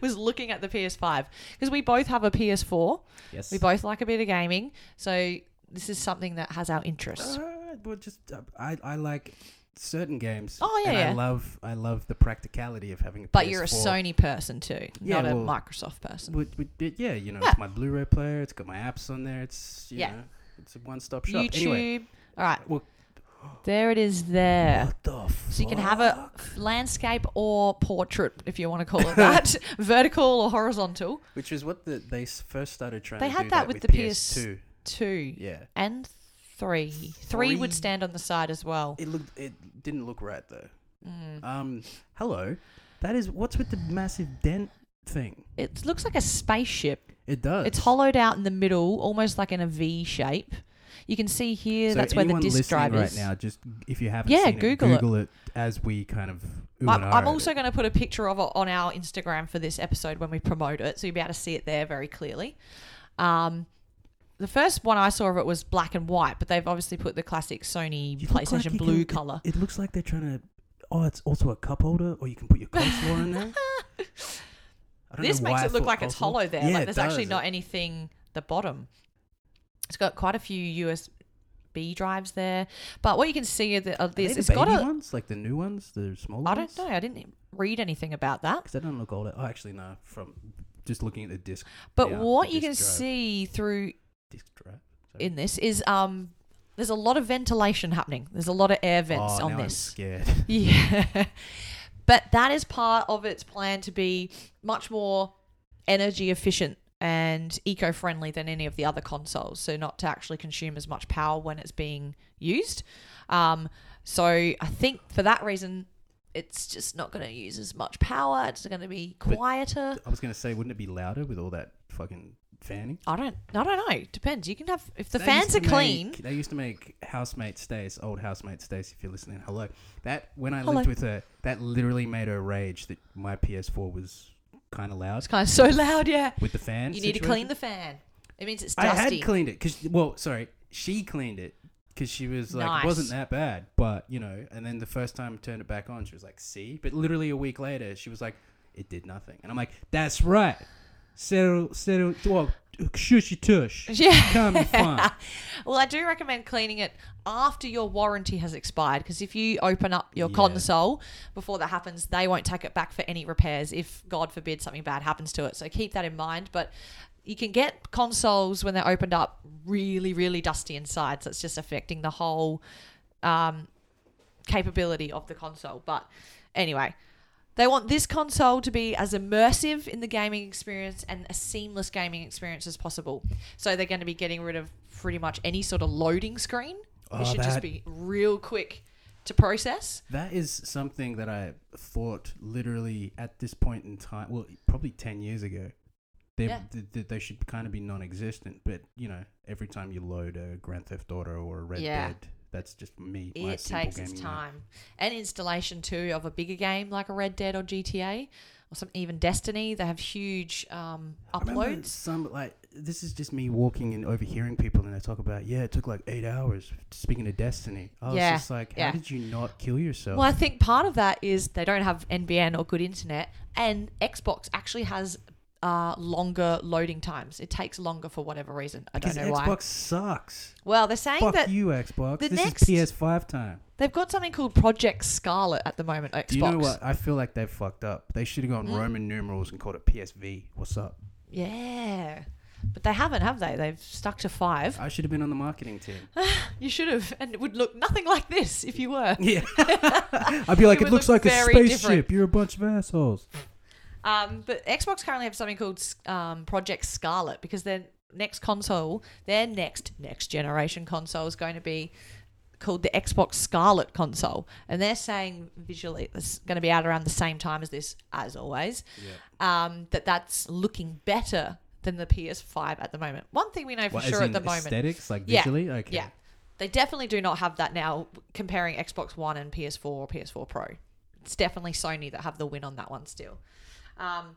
B: was looking at the PS5 because we both have a PS4.
C: yes.
B: We both like a bit of gaming, so this is something that has our interest.
C: Uh, well, just uh, I, I like certain games.
B: Oh, yeah,
C: and
B: yeah.
C: I love I love the practicality of having a.
B: But
C: PS4.
B: you're a Sony person too,
C: Yeah,
B: not a
C: well-
B: Microsoft person.
C: With, with it- yeah, you know,
B: Yeah.
C: it's my Blu-ray player. It's got my apps on there. It's you
B: Yeah.
C: know, it's a one-stop shop.
B: YouTube.
C: Anyway,
B: All right,
C: well,
B: there it is there.
C: what the fuck?
B: So you can have a landscape or portrait, if you want to call
C: (laughs)
B: it that, (laughs) vertical or horizontal.
C: Which is what the, they s- first started trying.
B: They
C: to
B: had
C: do
B: that
C: that
B: with the PS
C: PS2.
B: Two
C: Yeah.
B: and three. Three would
C: Three.
B: stand on the side as well.
C: It looked. It didn't look right though.
B: Mm.
C: Um. Hello. That is what's with the massive dent thing.
B: It looks like a spaceship.
C: It does.
B: It's hollowed out in the middle, almost like in a V shape. You can see here that's where the
C: anyone
B: disk
C: listening
B: drive
C: right
B: is.
C: now, just if you haven't
B: Yeah,
C: seen
B: Google it.
C: it, Google it. as we kind of. ooh
B: I'm,
C: and
B: I'm
C: ah
B: also
C: at
B: going to put a picture of it on our Instagram for this episode when we promote it, so you'll be able to see it there very clearly. Um, the first one I saw of it was black and white, but they've obviously put the classic Sony
C: it. You look like
B: PlayStation
C: you can-
B: blue
C: it- (laughs)
B: color.
C: It, looks like they're trying to. Oh, it's also a cup holder, or you can
B: (laughs)
C: put your coleslaw in there. I don't
B: This
C: know
B: makes
C: why I
B: it look
C: thought
B: like it's
C: coleslaw.
B: hollow there.
C: Yeah,
B: like
C: it
B: there's actually
C: does.
B: not anything the bottom. It's got quite a few USB drives there, but what you can see are the, of
C: Are they
B: this,
C: the
B: it's got
C: baby
B: a
C: ones, like the new ones, the smaller
B: I
C: ones.
B: don't know. I didn't e, read anything about that.
C: because they don't look older. Oh, actually, no. From just looking at the disc.
B: But
C: yeah,
B: what
C: the
B: you can
C: disc drive-
B: see through
C: disc drive. Sorry.
B: in this is um, there's a lot of ventilation happening. There's a lot of air vents
C: oh,
B: on
C: now I'm
B: this.
C: scared.
B: (laughs)
C: (laughs)
B: Yeah. but that is part of its plan to be much more energy efficient and eco friendly than any of the other consoles. So, not to actually consume as much power when it's being used. Um, so, I think for that reason, it's just not going to use as much power. It's going to be
C: But-
B: quieter.
C: I was gonna say, wouldn't it be louder with all that fucking fanning?
B: I don't. I don't know. Depends. You can have if the
C: They
B: fans are
C: used to
B: clean.
C: make- they used to make housemate stays, old housemate stays. If you're listening, hello. That when I
B: Hello.
C: lived with her, that literally made her rage that my PS4 was kind of loud
B: It's kind of so (laughs) loud. Yeah.
C: with the fan.
B: You need to
C: situation.
B: clean the fan. It means it's
C: I
B: dusty.
C: had cleaned it because well, sorry, she cleaned it because she was like,
B: Nice.
C: it wasn't that bad, but you know. And then the first time I turned it back on, she was like, "See," but literally a week later, she was like, "It did nothing," and I'm like, "That's right." Settle, settle. Well, shush your
B: (laughs)
C: tush.
B: Yeah.
C: Come
B: (laughs)
C: and fun.
B: Well, I do recommend cleaning it after your warranty has expired because if you open up your
C: Yeah.
B: console before that happens, they won't take it back for any repairs if, God forbid, something bad happens to it. So keep that in mind. But you can get consoles when they're opened up really, really dusty inside. So it's just affecting the whole um, capability of the console. But anyway. They want this console to be as immersive in the gaming experience and a seamless gaming experience as possible. So they're going to be getting rid of pretty much any sort of loading screen.
C: Oh,
B: it should just
C: that-
B: be real quick to process.
C: That is something that I thought literally at this point in time, well, probably 10 years ago. They,
B: Yeah.
C: th- th- they should kind of be non existent, but you know, every time you load a Grand Theft Auto or a Red
B: Yeah.
C: Dead, that's just me. my
B: It
C: simple
B: takes its
C: gaming mind.
B: time. And installation too of a bigger game like a Red Dead or GTA or some even Destiny. They have huge um,
C: I remember
B: uploads.
C: Some like this is just me walking and overhearing people, and they talk about yeah, it took like eight hours. Speaking of Destiny, I was
B: Yeah,
C: just like, how
B: yeah.
C: did you not kill yourself?
B: Well, I think part of that is they don't have NBN or good internet, and Xbox actually has uh, longer loading times. It takes longer for whatever reason. I
C: Because
B: don't know
C: Xbox
B: why.
C: sucks.
B: Well, they're saying
C: Fuck
B: that
C: you, Xbox.
B: the
C: This
B: next-
C: is PS5 time.
B: they've got something called Project Scarlet at the moment. Xbox.
C: Do you know what? I feel like they've fucked up. They should have gone Roman numerals and called it PSV. What's up?
B: Yeah, but they haven't, have they? They've stuck to five.
C: I should have been on the marketing team.
B: You should have, and it would look nothing like this if you were.
C: (laughs) (laughs) yeah. I'd be like,
B: It
C: it,
B: would
C: looks
B: look
C: like a
B: very
C: spaceship.
B: different."
C: You're a bunch of assholes.
B: Um, but Xbox currently have something called um, Project Scarlet because their next console, their next next generation console is going to be called the Xbox Scarlet console, and they're saying visually it's going to be out around the same time as this, as always. Um, that that's looking better than the PS5 at the moment. One thing we know for
C: What, as
B: sure at
C: in
B: the moment,
C: Aesthetics, like
B: Yeah.
C: visually? Okay.
B: yeah, they definitely do not have that now. Comparing Xbox One and PS4 or PS4 Pro, it's definitely Sony that have the win on that one still. Um,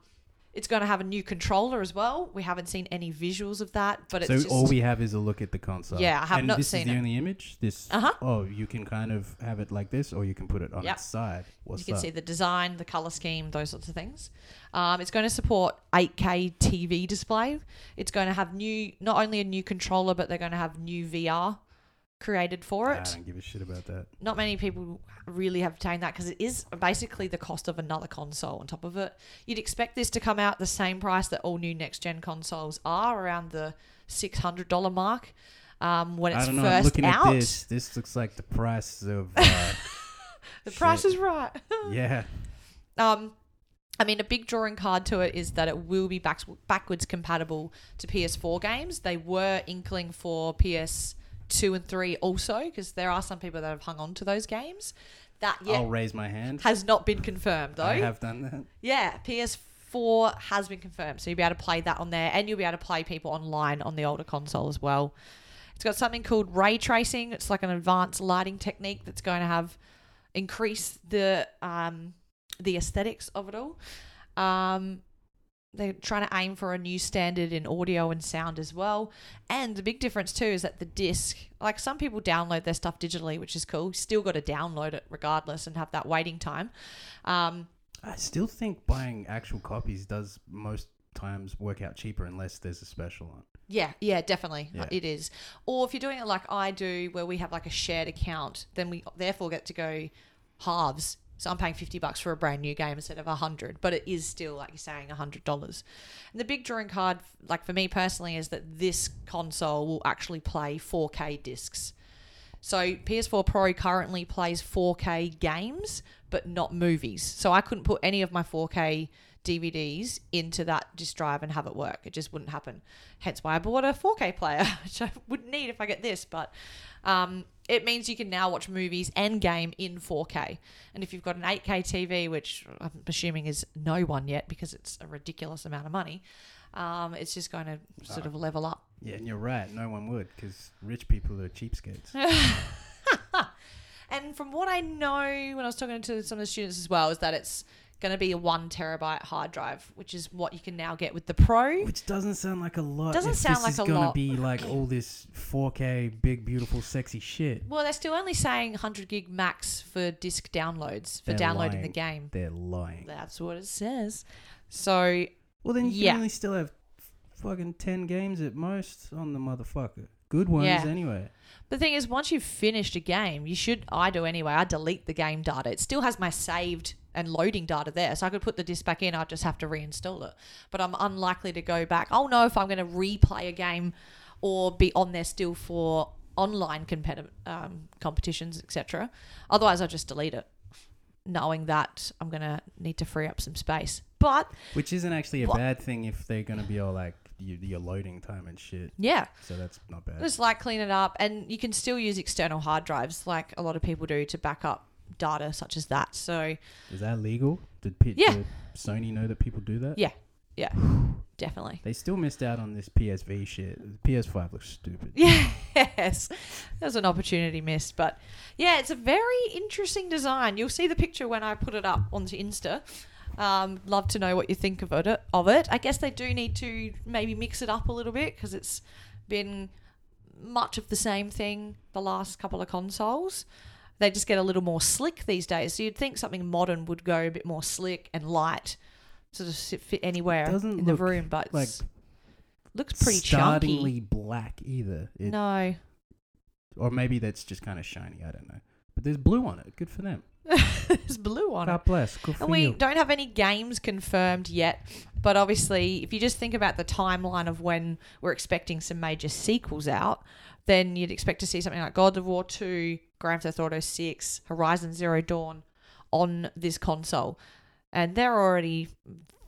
B: it's going to have a new controller as well. We haven't seen any visuals of that, but it's
C: so
B: just,
C: all we have is a look at the console.
B: Yeah, I have
C: and
B: not
C: this
B: seen
C: is the
B: it.
C: only image. This.
B: Uh-huh.
C: Oh, you can kind of have it like this, or you can put it on
B: Yep.
C: its side. What's
B: you can
C: up?
B: see the design, the color scheme, those sorts of things. Um, it's going to support 8K TV display. It's going to have new, not only a new controller, but they're going to have new VR created for
C: I
B: it.
C: don't give a shit about that.
B: not many people really have obtained that because it is basically the cost of another console on top of it. You'd expect this to come out the same price that all new next gen consoles are, around the six hundred dollar mark. Um, when it's
C: I don't know. I'm
B: first
C: looking
B: out,
C: at this. This looks like the
B: (laughs)
C: price of. Uh,
B: the price
C: shit.
B: is right. (laughs)
C: yeah.
B: Um, I mean, a big drawing card to it is that it will be back- backwards compatible to PS4 games. They were inkling for PS2 and 3 also, because there are some people that have hung on to those games. That yet
C: I'll raise my hand.
B: has not been confirmed, though.
C: Oh, I have done that.
B: Yeah, PS4 has been confirmed, so you'll be able to play that on there, and you'll be able to play people online on the older console as well. It's got something called ray tracing. It's like an advanced lighting technique that's going to have increase the um, the aesthetics of it all. Um, they're trying to aim for a new standard in audio and sound as well. And the big difference too is that the disc, like some people download their stuff digitally, which is cool. Still got to download it regardless and have that waiting time. Um,
C: I still think buying actual copies does most times work out cheaper unless there's a special on.
B: Yeah, yeah, definitely.
C: Yeah.
B: It is. Or if you're doing it like I do, where we have like a shared account, then we therefore get to go halves. So I'm paying 50 bucks for a brand new game instead of 100, but it is still like you're saying $100. And the big drawing card like for me personally is that this console will actually play 4K discs. So PS4 Pro currently plays 4K games, but not movies. So I couldn't put any of my 4K DVDs into that disk drive and have it work. It just wouldn't happen. Hence why I bought a 4K player, (laughs) which I wouldn't need if I get this. But um, it means you can now watch movies and game in 4K. And if you've got an 8K TV, which I'm assuming is no one yet because it's a ridiculous amount of money, um, it's just going to sort of level up.
C: Yeah, and you're right. No one would because rich people are cheapskates.
B: (laughs) And from what I know, when I was talking to some of the students as well, is that it's going to be a one terabyte hard drive, which is what you can now get with the Pro.
C: Which doesn't sound like a lot.
B: Doesn't
C: if
B: sound
C: this
B: like
C: is
B: a
C: gonna
B: lot.
C: be like all this 4K, big, beautiful, sexy shit.
B: Well, they're still only saying 100 gig max for disk downloads for
C: They're
B: downloading
C: lying.
B: the game.
C: They're lying.
B: That's what it says. So
C: Well, then you
B: Yeah.
C: can only still have fucking 10 games at most on the motherfucker. Good ones,
B: Yeah.
C: anyway.
B: The thing is, once you've finished a game, you should, I do anyway, I delete the game data. It still has my saved and loading data there. So I could put the disc back in, I just have to reinstall it. But I'm unlikely to go back. I'll know if I'm going to replay a game or be on there still for online competi- um, competitions, etc. Otherwise, I'll just delete it, knowing that I'm going to need to free up some space. But
C: Which isn't actually a
B: What?
C: bad thing if they're going to be all like you, your loading time and shit.
B: yeah,
C: So that's not bad.
B: Just like clean it up, and you can still use external hard drives, like a lot of people do, to back up data such as that. So
C: Is that legal? Did, P-
B: Yeah.
C: did Sony know that people do that?
B: yeah, yeah, definitely.
C: They still missed out on this PSV shit. The PS5 looks stupid.
B: (laughs) Yes, that was an opportunity missed, but yeah, it's a very interesting design. You'll see the picture when I put it up onto Insta. Um, love to know what you think of it. Of it, I guess they do need to maybe mix it up a little bit because it's been much of the same thing the last couple of consoles. They just get a little more slick these days. So you'd think something modern would go a bit more slick and light, sort of sit- fit anywhere
C: doesn't
B: in the
C: look
B: room, but
C: like
B: it's looks pretty
C: startlingly
B: chunky.
C: black either. It-
B: No.
C: Or maybe that's just kind of shiny. I don't know. But there's blue on it. Good for them.
B: There's blue on it.
C: God bless. Good for
B: And we
C: you.
B: don't have any games confirmed yet, but obviously, if you just think about the timeline of when we're expecting some major sequels out, then you'd expect to see something like God of War 2, Grand Theft Auto 6, Horizon Zero Dawn on this console. And they're already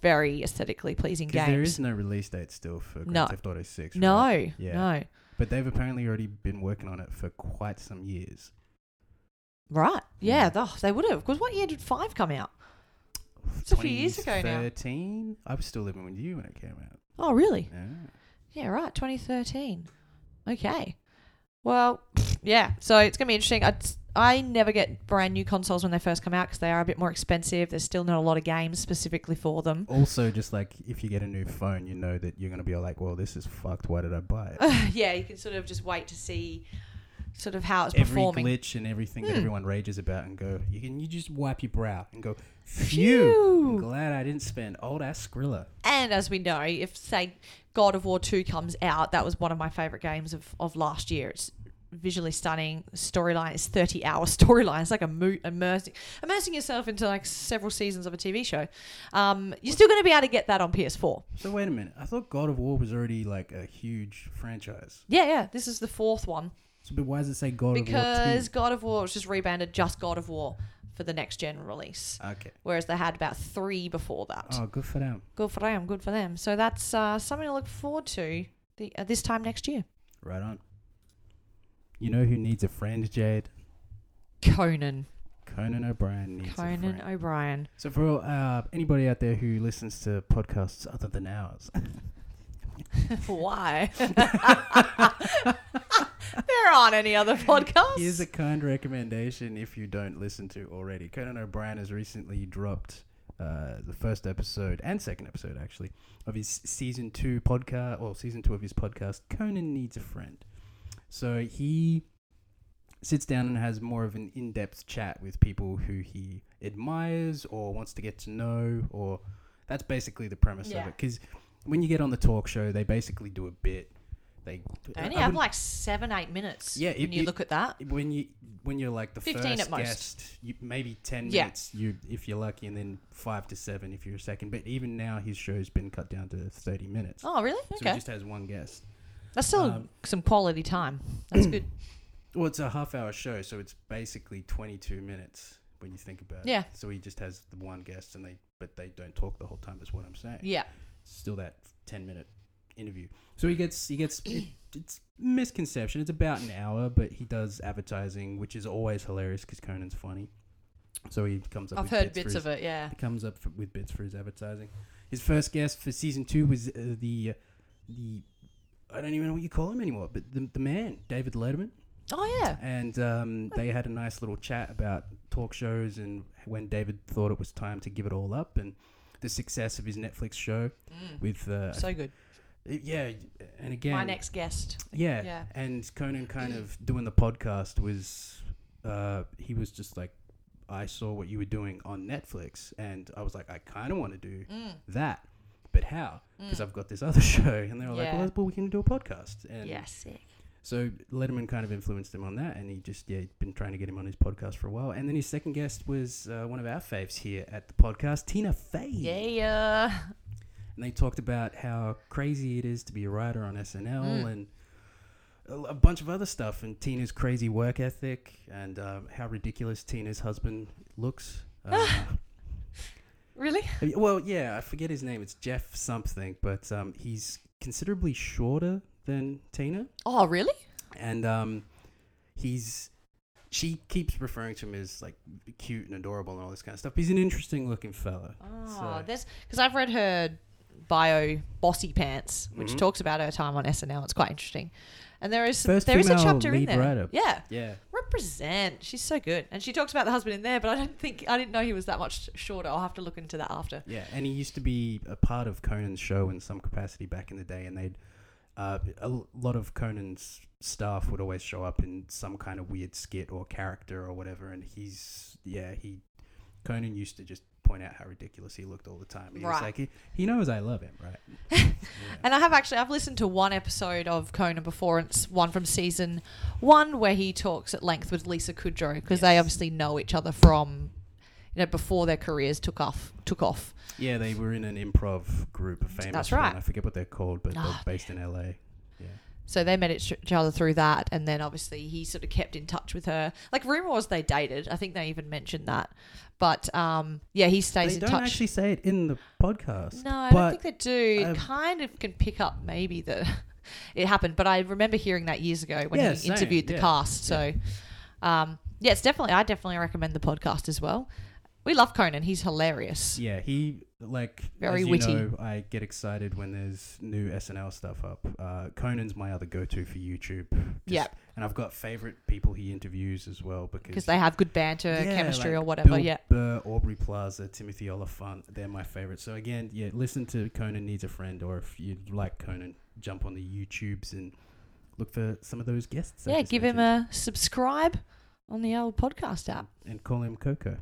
B: very aesthetically pleasing
C: 'Cause
B: games.
C: there is no release date still for Grand
B: No.
C: Theft Auto 6.
B: no,
C: right? Yeah.
B: no.
C: But they've apparently already been working on it for quite some years.
B: Right. Yeah,
C: Yeah.
B: though, they would have. Because what year did 5 come out? It's a few years ago now.
C: 2013? I was still living with you when it came out.
B: Oh, really?
C: Yeah.
B: Yeah, right. 2013. Okay. Well, (laughs) yeah. So it's going to be interesting. I, I never get brand new consoles when they first come out because they are a bit more expensive. There's still not a lot of games specifically for them.
C: Also, just like if you get a new phone, you know that you're going to be like, well, this is fucked. Why did I buy
B: (laughs) (laughs)
C: it?
B: yeah, you can sort of just wait to see sort of how it's
C: Every
B: performing.
C: glitch and everything that
B: Hmm.
C: everyone rages about, and go, you can you just wipe your brow and go, phew. I'm
B: Phew.
C: glad I didn't spend old ass Skrilla.
B: And as we know, if say God of War 2 comes out, that was one of my favorite games of, of last year. It's visually stunning. Storyline is 30 hour (laughs) storyline. It's like a mo- immersing immersing yourself into like several seasons of a TV show. Um, you're still going to be able to get that on PS4.
C: So wait a minute. I thought God of War was already like a huge franchise.
B: Yeah, yeah. This is the fourth one
C: So, but why does it say God of War?
B: because God of War was just rebranded just God of War for the next gen release.
C: Two? Okay.
B: Whereas they had about three before that.
C: Oh, good for them.
B: Good for them, good for them. So that's uh, something to look forward to the, uh, this time next year.
C: Right on. You know who needs a friend, Jade?
B: Conan.
C: Conan O'Brien needs a friend.
B: Conan O'Brien.
C: So for uh, anybody out there who listens to podcasts other than ours,
B: (laughs) Why? (laughs) there aren't any other podcasts.
C: here's a kind recommendation if you don't listen to already. Conan O'Brien has recently dropped uh, the first episode and second episode actually of his season two podcast, well season two of his podcast, Conan Needs a Friend. So he sits down and has more of an in-depth chat with people who he admires or wants to get to know or that's basically the premise
B: Yeah.
C: of it because when you get on the talk show they basically do a bit they
B: They only
C: I
B: have
C: wouldn't-
B: like seven, eight minutes.
C: Yeah,
B: when
C: it-
B: you
C: it-
B: look at that.
C: when you when you're like the
B: 15
C: first
B: at most.
C: guest, you, maybe ten
B: Yeah.
C: minutes you if you're lucky, and then five to seven if you're a second. But even now, his show's been cut down to thirty minutes,
B: Oh, really?
C: so he
B: Okay.
C: just has one guest.
B: That's still
C: um,
B: some quality time. That's
C: (clears throat)
B: good.
C: Well, it's a half-hour show, so it's basically twenty-two minutes when you think about
B: Yeah.
C: it. So he just has the one guest, and they but they don't talk the whole time. Is what I'm saying.
B: Yeah.
C: still that 10 minute interview so he gets he gets it, it's misconception it's about an hour but he does advertising which is always hilarious because conan's funny so he comes up
B: I've
C: with
B: heard
C: bits,
B: bits of it, yeah.
C: he comes up for, with bits for his advertising his first guest for season two was uh, the the i don't even know what you call him anymore but the, the man david letterman
B: Oh, yeah.
C: and um, they had a nice little chat about talk shows and when David thought it was time to give it all up and the success of his Netflix show
B: Mm.
C: with uh,
B: So good.
C: yeah and again
B: My next guest.
C: yeah,
B: yeah.
C: and Conan kind of doing the podcast was uh, he was just like I saw what you were doing on Netflix and I was like I kind of want to do
B: Mm.
C: that but how? Because I've got this other (laughs) show, and they were like,
B: Yeah.
C: well, well, we can do a podcast. And
B: Yeah, sick.
C: So Letterman kind of influenced him on that, and he just yeah he'd been trying to get him on his podcast for a while. And then his second guest was uh, one of our faves here at the podcast, Tina Fey.
B: Yeah.
C: And they talked about how crazy it is to be a writer on SNL and a, a bunch of other stuff, and Tina's crazy work ethic, and um, how ridiculous Tina's husband looks. Uh,
B: Really?
C: I mean, Well, yeah, I forget his name. It's Jeff something, but um, he's considerably shorter than Tina,
B: Oh, really?
C: and um, he's she keeps referring to him as like cute and adorable and all this kind of stuff. He's an interesting looking fella.
B: Oh,
C: So-
B: there's because I've read her bio Bossy Pants, which
C: Mhm.
B: talks about her time on SNL. It's quite interesting, and there is some,
C: First
B: there is a
C: female
B: chapter in
C: lead
B: there.
C: writer.
B: Yeah,
C: yeah,
B: represent. She's so good, and she talks about the husband in there. But I don't think I didn't know he was that much shorter. I'll have to look into that after.
C: yeah, and he used to be a part of Conan's show in some capacity back in the day, and they'd. Uh, a l- lot of Conan's staff would always show up in some kind of weird skit or character or whatever, and he's yeah he Conan used to just point out how ridiculous he looked all the time. He was
B: Right.
C: like he, he knows I love him,
B: (laughs)
C: right?
B: And I have actually I've listened to one episode of Conan before, and it's one from season one where he talks at length with Lisa Kudrow because they
C: Yes.
B: obviously know each other from you know before their careers took off took off.
C: Yeah, they were in an improv group, a famous
B: That's
C: one.
B: right.
C: I forget what they're called, but they're
B: Ah,
C: based in LA. Yeah.
B: So they met each each other through that, and then obviously he sort of kept in touch with her. Like rumor was they dated. I think they even mentioned that. But um, yeah, he stays
C: They
B: in
C: don't
B: touch.
C: actually say it in the podcast.
B: no, I
C: but
B: don't think they do.
C: I've-
B: It kind of can pick up maybe that (laughs) it happened. But I remember hearing that years ago when
C: Yeah,
B: he
C: same,
B: interviewed the
C: yeah,
B: cast. So um, yeah, it's definitely I definitely recommend the podcast as well. We love Conan. He's hilarious.
C: Yeah, he like
B: Very
C: as you
B: witty.
C: know, I get excited when there's new SNL stuff up. Uh, Conan's my other go-to for YouTube. Just-
B: Yep.
C: and I've got favorite people he interviews as well because
B: Because they have good banter,
C: Yeah,
B: chemistry,
C: like
B: or whatever.
C: Bill
B: yeah,
C: Burr, Aubrey Plaza, Timothy Oliphant, they're my favorite. So again, yeah, listen to Conan Needs a Friend, or if you like Conan, jump on the YouTubes and look for some of those guests. I
B: yeah.
C: just
B: Give him
C: mentioned.
B: a subscribe on the old podcast app.
C: and call him Coco.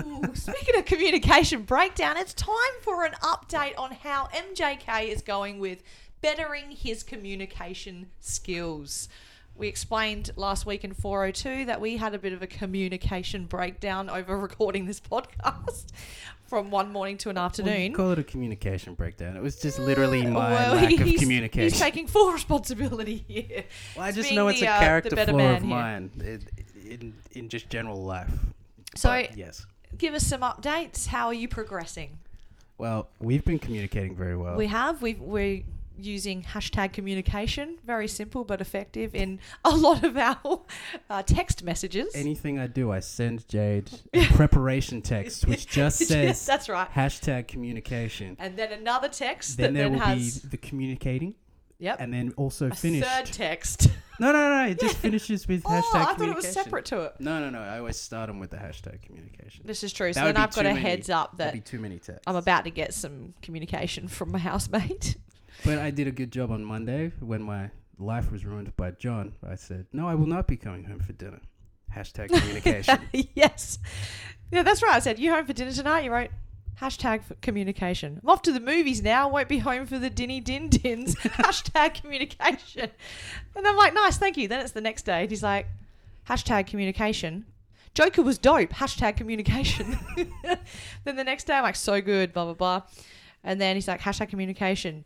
B: Ooh, Speaking of communication breakdown, it's time for an update on how MJK is going with bettering his communication skills. We explained last week in 402 that we had a bit of a communication breakdown over (laughs) recording this podcast from one morning to an
C: Well, you
B: afternoon.
C: call it a communication breakdown. It was just literally my
B: Well, (laughs)
C: lack of
B: he's-
C: communication.
B: He's taking full responsibility here.
C: well, I
B: It's
C: just
B: being
C: know it's
B: the,
C: a
B: uh, the
C: character
B: better
C: flaw
B: man
C: of
B: here.
C: mine in, in, in just general life.
B: So-
C: But, yes.
B: Give us some updates. How are you progressing?
C: Well, we've been communicating very well.
B: We have. We've, we're using hashtag communication, very simple but effective in (laughs) a lot of our uh, text messages. (laughs)
C: Anything I do, I send Jade a preparation text,
B: (laughs)
C: which just says
B: That's right.
C: hashtag communication.
B: And then another text
C: Then
B: that
C: there
B: then
C: will
B: has
C: be the communicating,
B: yep
C: and then also
B: a
C: finished.
B: third text.
C: No, no, no. It
B: (laughs)
C: just finishes with
B: oh,
C: hashtag
B: I thought
C: communication.
B: it was separate to it.
C: No, no, no. I always start them with the hashtag communication.
B: This is true. So
C: That would
B: then
C: be
B: I've got
C: too
B: a
C: many.
B: heads up
C: That'd
B: that
C: be too many texts.
B: I'm about to get some communication from my (laughs) housemate.
C: But I did a good job on Monday when my life was ruined by John. I said, "No, I will not be coming home for dinner."
B: (laughs)
C: Hashtag communication.
B: yes. Yeah, that's right. I said, You home for dinner tonight? You wrote hashtag for communication. I'm off to the movies now. Won't be home for the dinny din dins. hashtag communication. And I'm like, Nice, thank you. Then it's the next day. And he's like, Hashtag communication. Joker was dope. Hashtag communication. (laughs) then the next day, I'm like, So good, blah, blah, blah. And then he's like, Hashtag communication.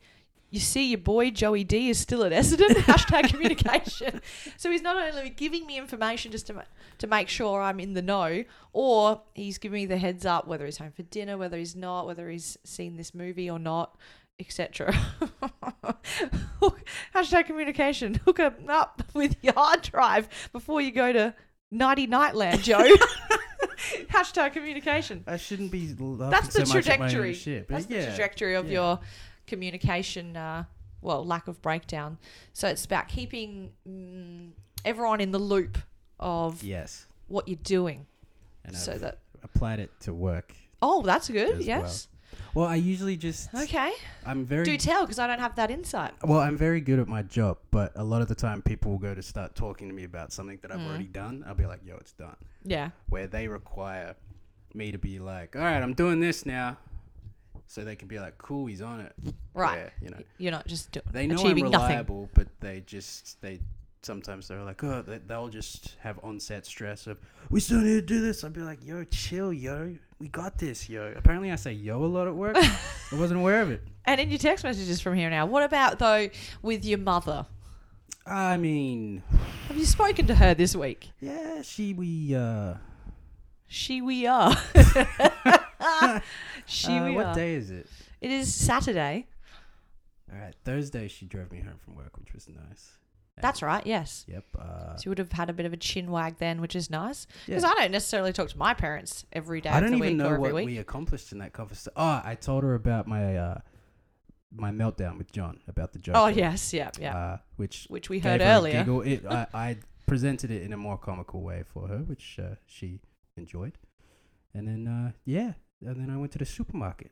B: You see, your boy Joey D is still at Essendon. (laughs) Hashtag communication. So he's not only giving me information just to ma- to make sure I'm in the know, or he's giving me the heads up whether he's home for dinner, whether he's not, whether he's seen this movie or not, etc. (laughs) Hashtag communication. Hook 'em up with your hard drive before you go to Nighty Nightland,
C: (laughs)
B: Joe. Hashtag communication.
C: I shouldn't be laughing
B: That's the
C: so much at my own
B: trajectory.
C: shit. But
B: That's
C: yeah,
B: the trajectory of
C: yeah.
B: your communication. Uh, well, lack of breakdown. So it's about keeping mm, everyone in the loop of
C: Yes.
B: what you're doing.
C: and
B: so
C: I've
B: that
C: applied it to work.
B: oh, that's good.
C: as well.
B: Yes.
C: Well, I usually just
B: Okay.
C: I'm very
B: Do tell, because I don't have that insight.
C: well, I'm very good at my job, but a lot of the time people will go to start talking to me about something that I've
B: Mm.
C: already done. I'll be like, "Yo, it's done."
B: Yeah.
C: Where they require me to be like, "All right, I'm doing this now." So they can be like, "Cool, he's on it."
B: Right.
C: Where, you know.
B: You're not just do-
C: They know
B: achieving
C: I'm
B: nothing.
C: reliable, but they just they sometimes they're like, oh, they, they'll just have onset stress of we still need to do this. I'd be like, yo, chill, yo, we got this, yo. Apparently, I say yo a lot at
B: (laughs)
C: work. I wasn't aware of it.
B: And in your text messages from here now, what about though with your mother?
C: I mean,
B: Have you spoken to her this week?
C: yeah, she we uh,
B: She we
C: (laughs)
B: are. she
C: uh,
B: we
C: what
B: are.
C: day is it?
B: It is Saturday.
C: All right, Thursday. She drove me home from work, which was nice.
B: That's right. Yes.
C: Yep. Uh,
B: So you would have had a bit of a chin wag then, which is nice. Because
C: Yeah.
B: I don't necessarily talk to my parents every day
C: I
B: of
C: don't
B: the
C: even
B: week
C: know
B: or
C: what
B: every week.
C: we accomplished in that conversation. Oh, I told her about my uh, my meltdown with John about the joke.
B: oh yes, yeah, yeah.
C: uh, which
B: Which we
C: gave
B: heard
C: her a
B: earlier.
C: giggle.
B: (laughs)
C: It, I, I presented it in a more comical way for her, which uh, she enjoyed. And then, uh, yeah, and then I went to the supermarket,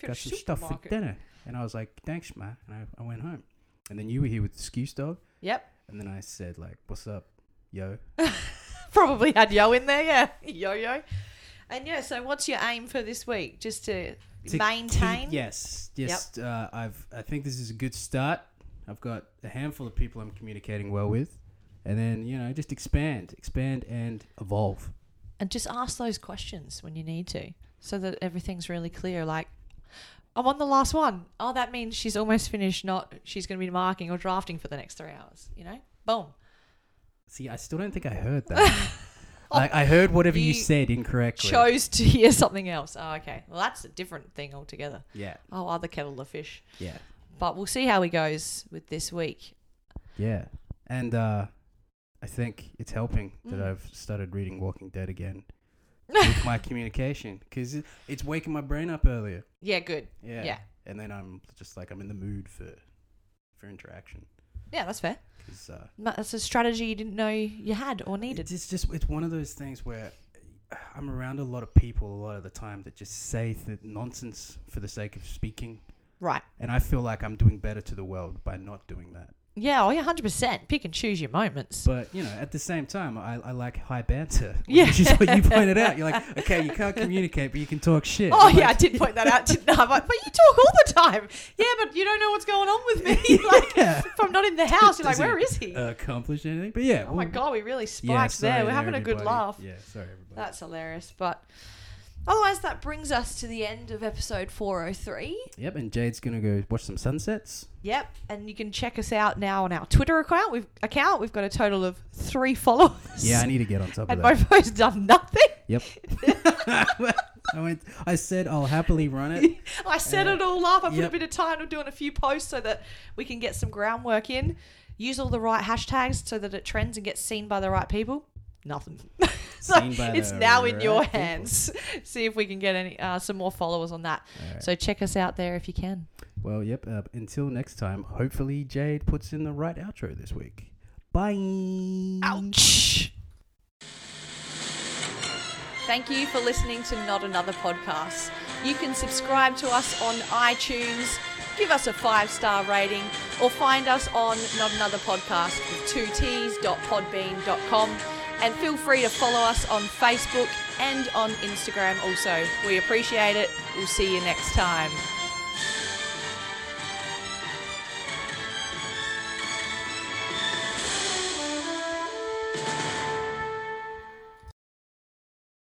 C: got some stuff for
B: Supermarket.
C: dinner, and I was like, "Thanks, ma," and I, I went home. And then you were here with the skew dog,
B: Yep.
C: and then I said, "Like, what's up, yo?"
B: Probably had yo in there, yeah. (laughs) Yo yo. And yeah, so what's your aim for this week? Just to,
C: To
B: maintain?
C: keep- yes, yes. Uh, I've. I think this is a good start. I've got a handful of people I'm communicating well with, and then you know, just expand, expand, and evolve.
B: And just ask those questions when you need to. So that everything's really clear. Like I'm on the last one. Oh, that means she's almost finished, not she's gonna be marking or drafting for the next three hours, you know? Boom.
C: See, I still don't think I
B: (laughs)
C: heard that. like, I heard whatever you,
B: Oh, You
C: said incorrectly.
B: Chose to (laughs) hear something else. Oh, okay. Well that's a different thing altogether.
C: Yeah,
B: Oh, other kettle of fish.
C: yeah,
B: But we'll see how he goes with this week.
C: yeah. And uh, I think it's helping that
B: Mm.
C: I've started reading Walking
B: (laughs)
C: Dead again with my communication because it, it's waking my brain up earlier.
B: Yeah, good.
C: Yeah.
B: Yeah.
C: And then I'm just like I'm in the mood for for interaction
B: Yeah, that's fair.
C: 'Cause, uh,
B: Ma- That's a strategy you didn't know you had or needed.
C: It's just it's one of those things where I'm around a lot of people a lot of the time that just say th- nonsense for the sake of speaking,
B: Right.
C: and I feel like I'm doing better to the world by not doing that.
B: Yeah, oh yeah, hundred percent. Pick and choose your moments.
C: But you know, at the same time, I, I like high banter, (laughs)
B: Yeah.
C: which is what you pointed out. You're (laughs) like, okay, you can't communicate, but you can talk
B: (laughs)
C: shit.
B: oh
C: I'm
B: yeah, I
C: like,
B: did point that out, didn't I? I'm like, but you talk all the time. Yeah, but you don't know what's going on with
C: (laughs)
B: me. (laughs) like
C: yeah.
B: if I'm not in the house, you're like,
C: Does he-
B: where is he?
C: accomplish anything? But yeah,
B: oh my
C: well,
B: god, we really spiked
C: yeah,
B: there.
C: sorry
B: We're having a good
C: everybody.
B: laugh.
C: Yeah, sorry everybody.
B: That's hilarious. But otherwise that brings us to the end of episode four oh three.
C: yep, and Jade's gonna go watch some sunsets.
B: Yep, and you can check us out now on our Twitter account. We've account we've got a total of three followers.
C: Yeah, (laughs) I need to get on top
B: (laughs)
C: of
B: and
C: that.
B: Mofo's done nothing.
C: Yep. (laughs) I went. I said I'll happily run it.
B: (laughs) I set
C: Yeah.
B: it all up. I put
C: Yep.
B: a bit of time to doing a few posts so that we can get some groundwork in. Use all the right hashtags so that it trends and gets seen by the right people. Nothing. (laughs) so
C: Seen by
B: (laughs) it's
C: the
B: now in your
C: right people.
B: hands. (laughs) See if we can get any uh, some more followers on that.
C: Alright.
B: So check us out there if you can.
C: Well, yep. Uh, until next time, hopefully Jade puts in the right outro this week. Bye.
B: Ouch. Thank you for listening to Not Another Podcast. You can subscribe to us on iTunes, give us a five star rating, or find us on Not Another Podcast with two T's dot podbean.com. And feel free to follow us on Facebook and on Instagram also. We appreciate it. We'll see you next time.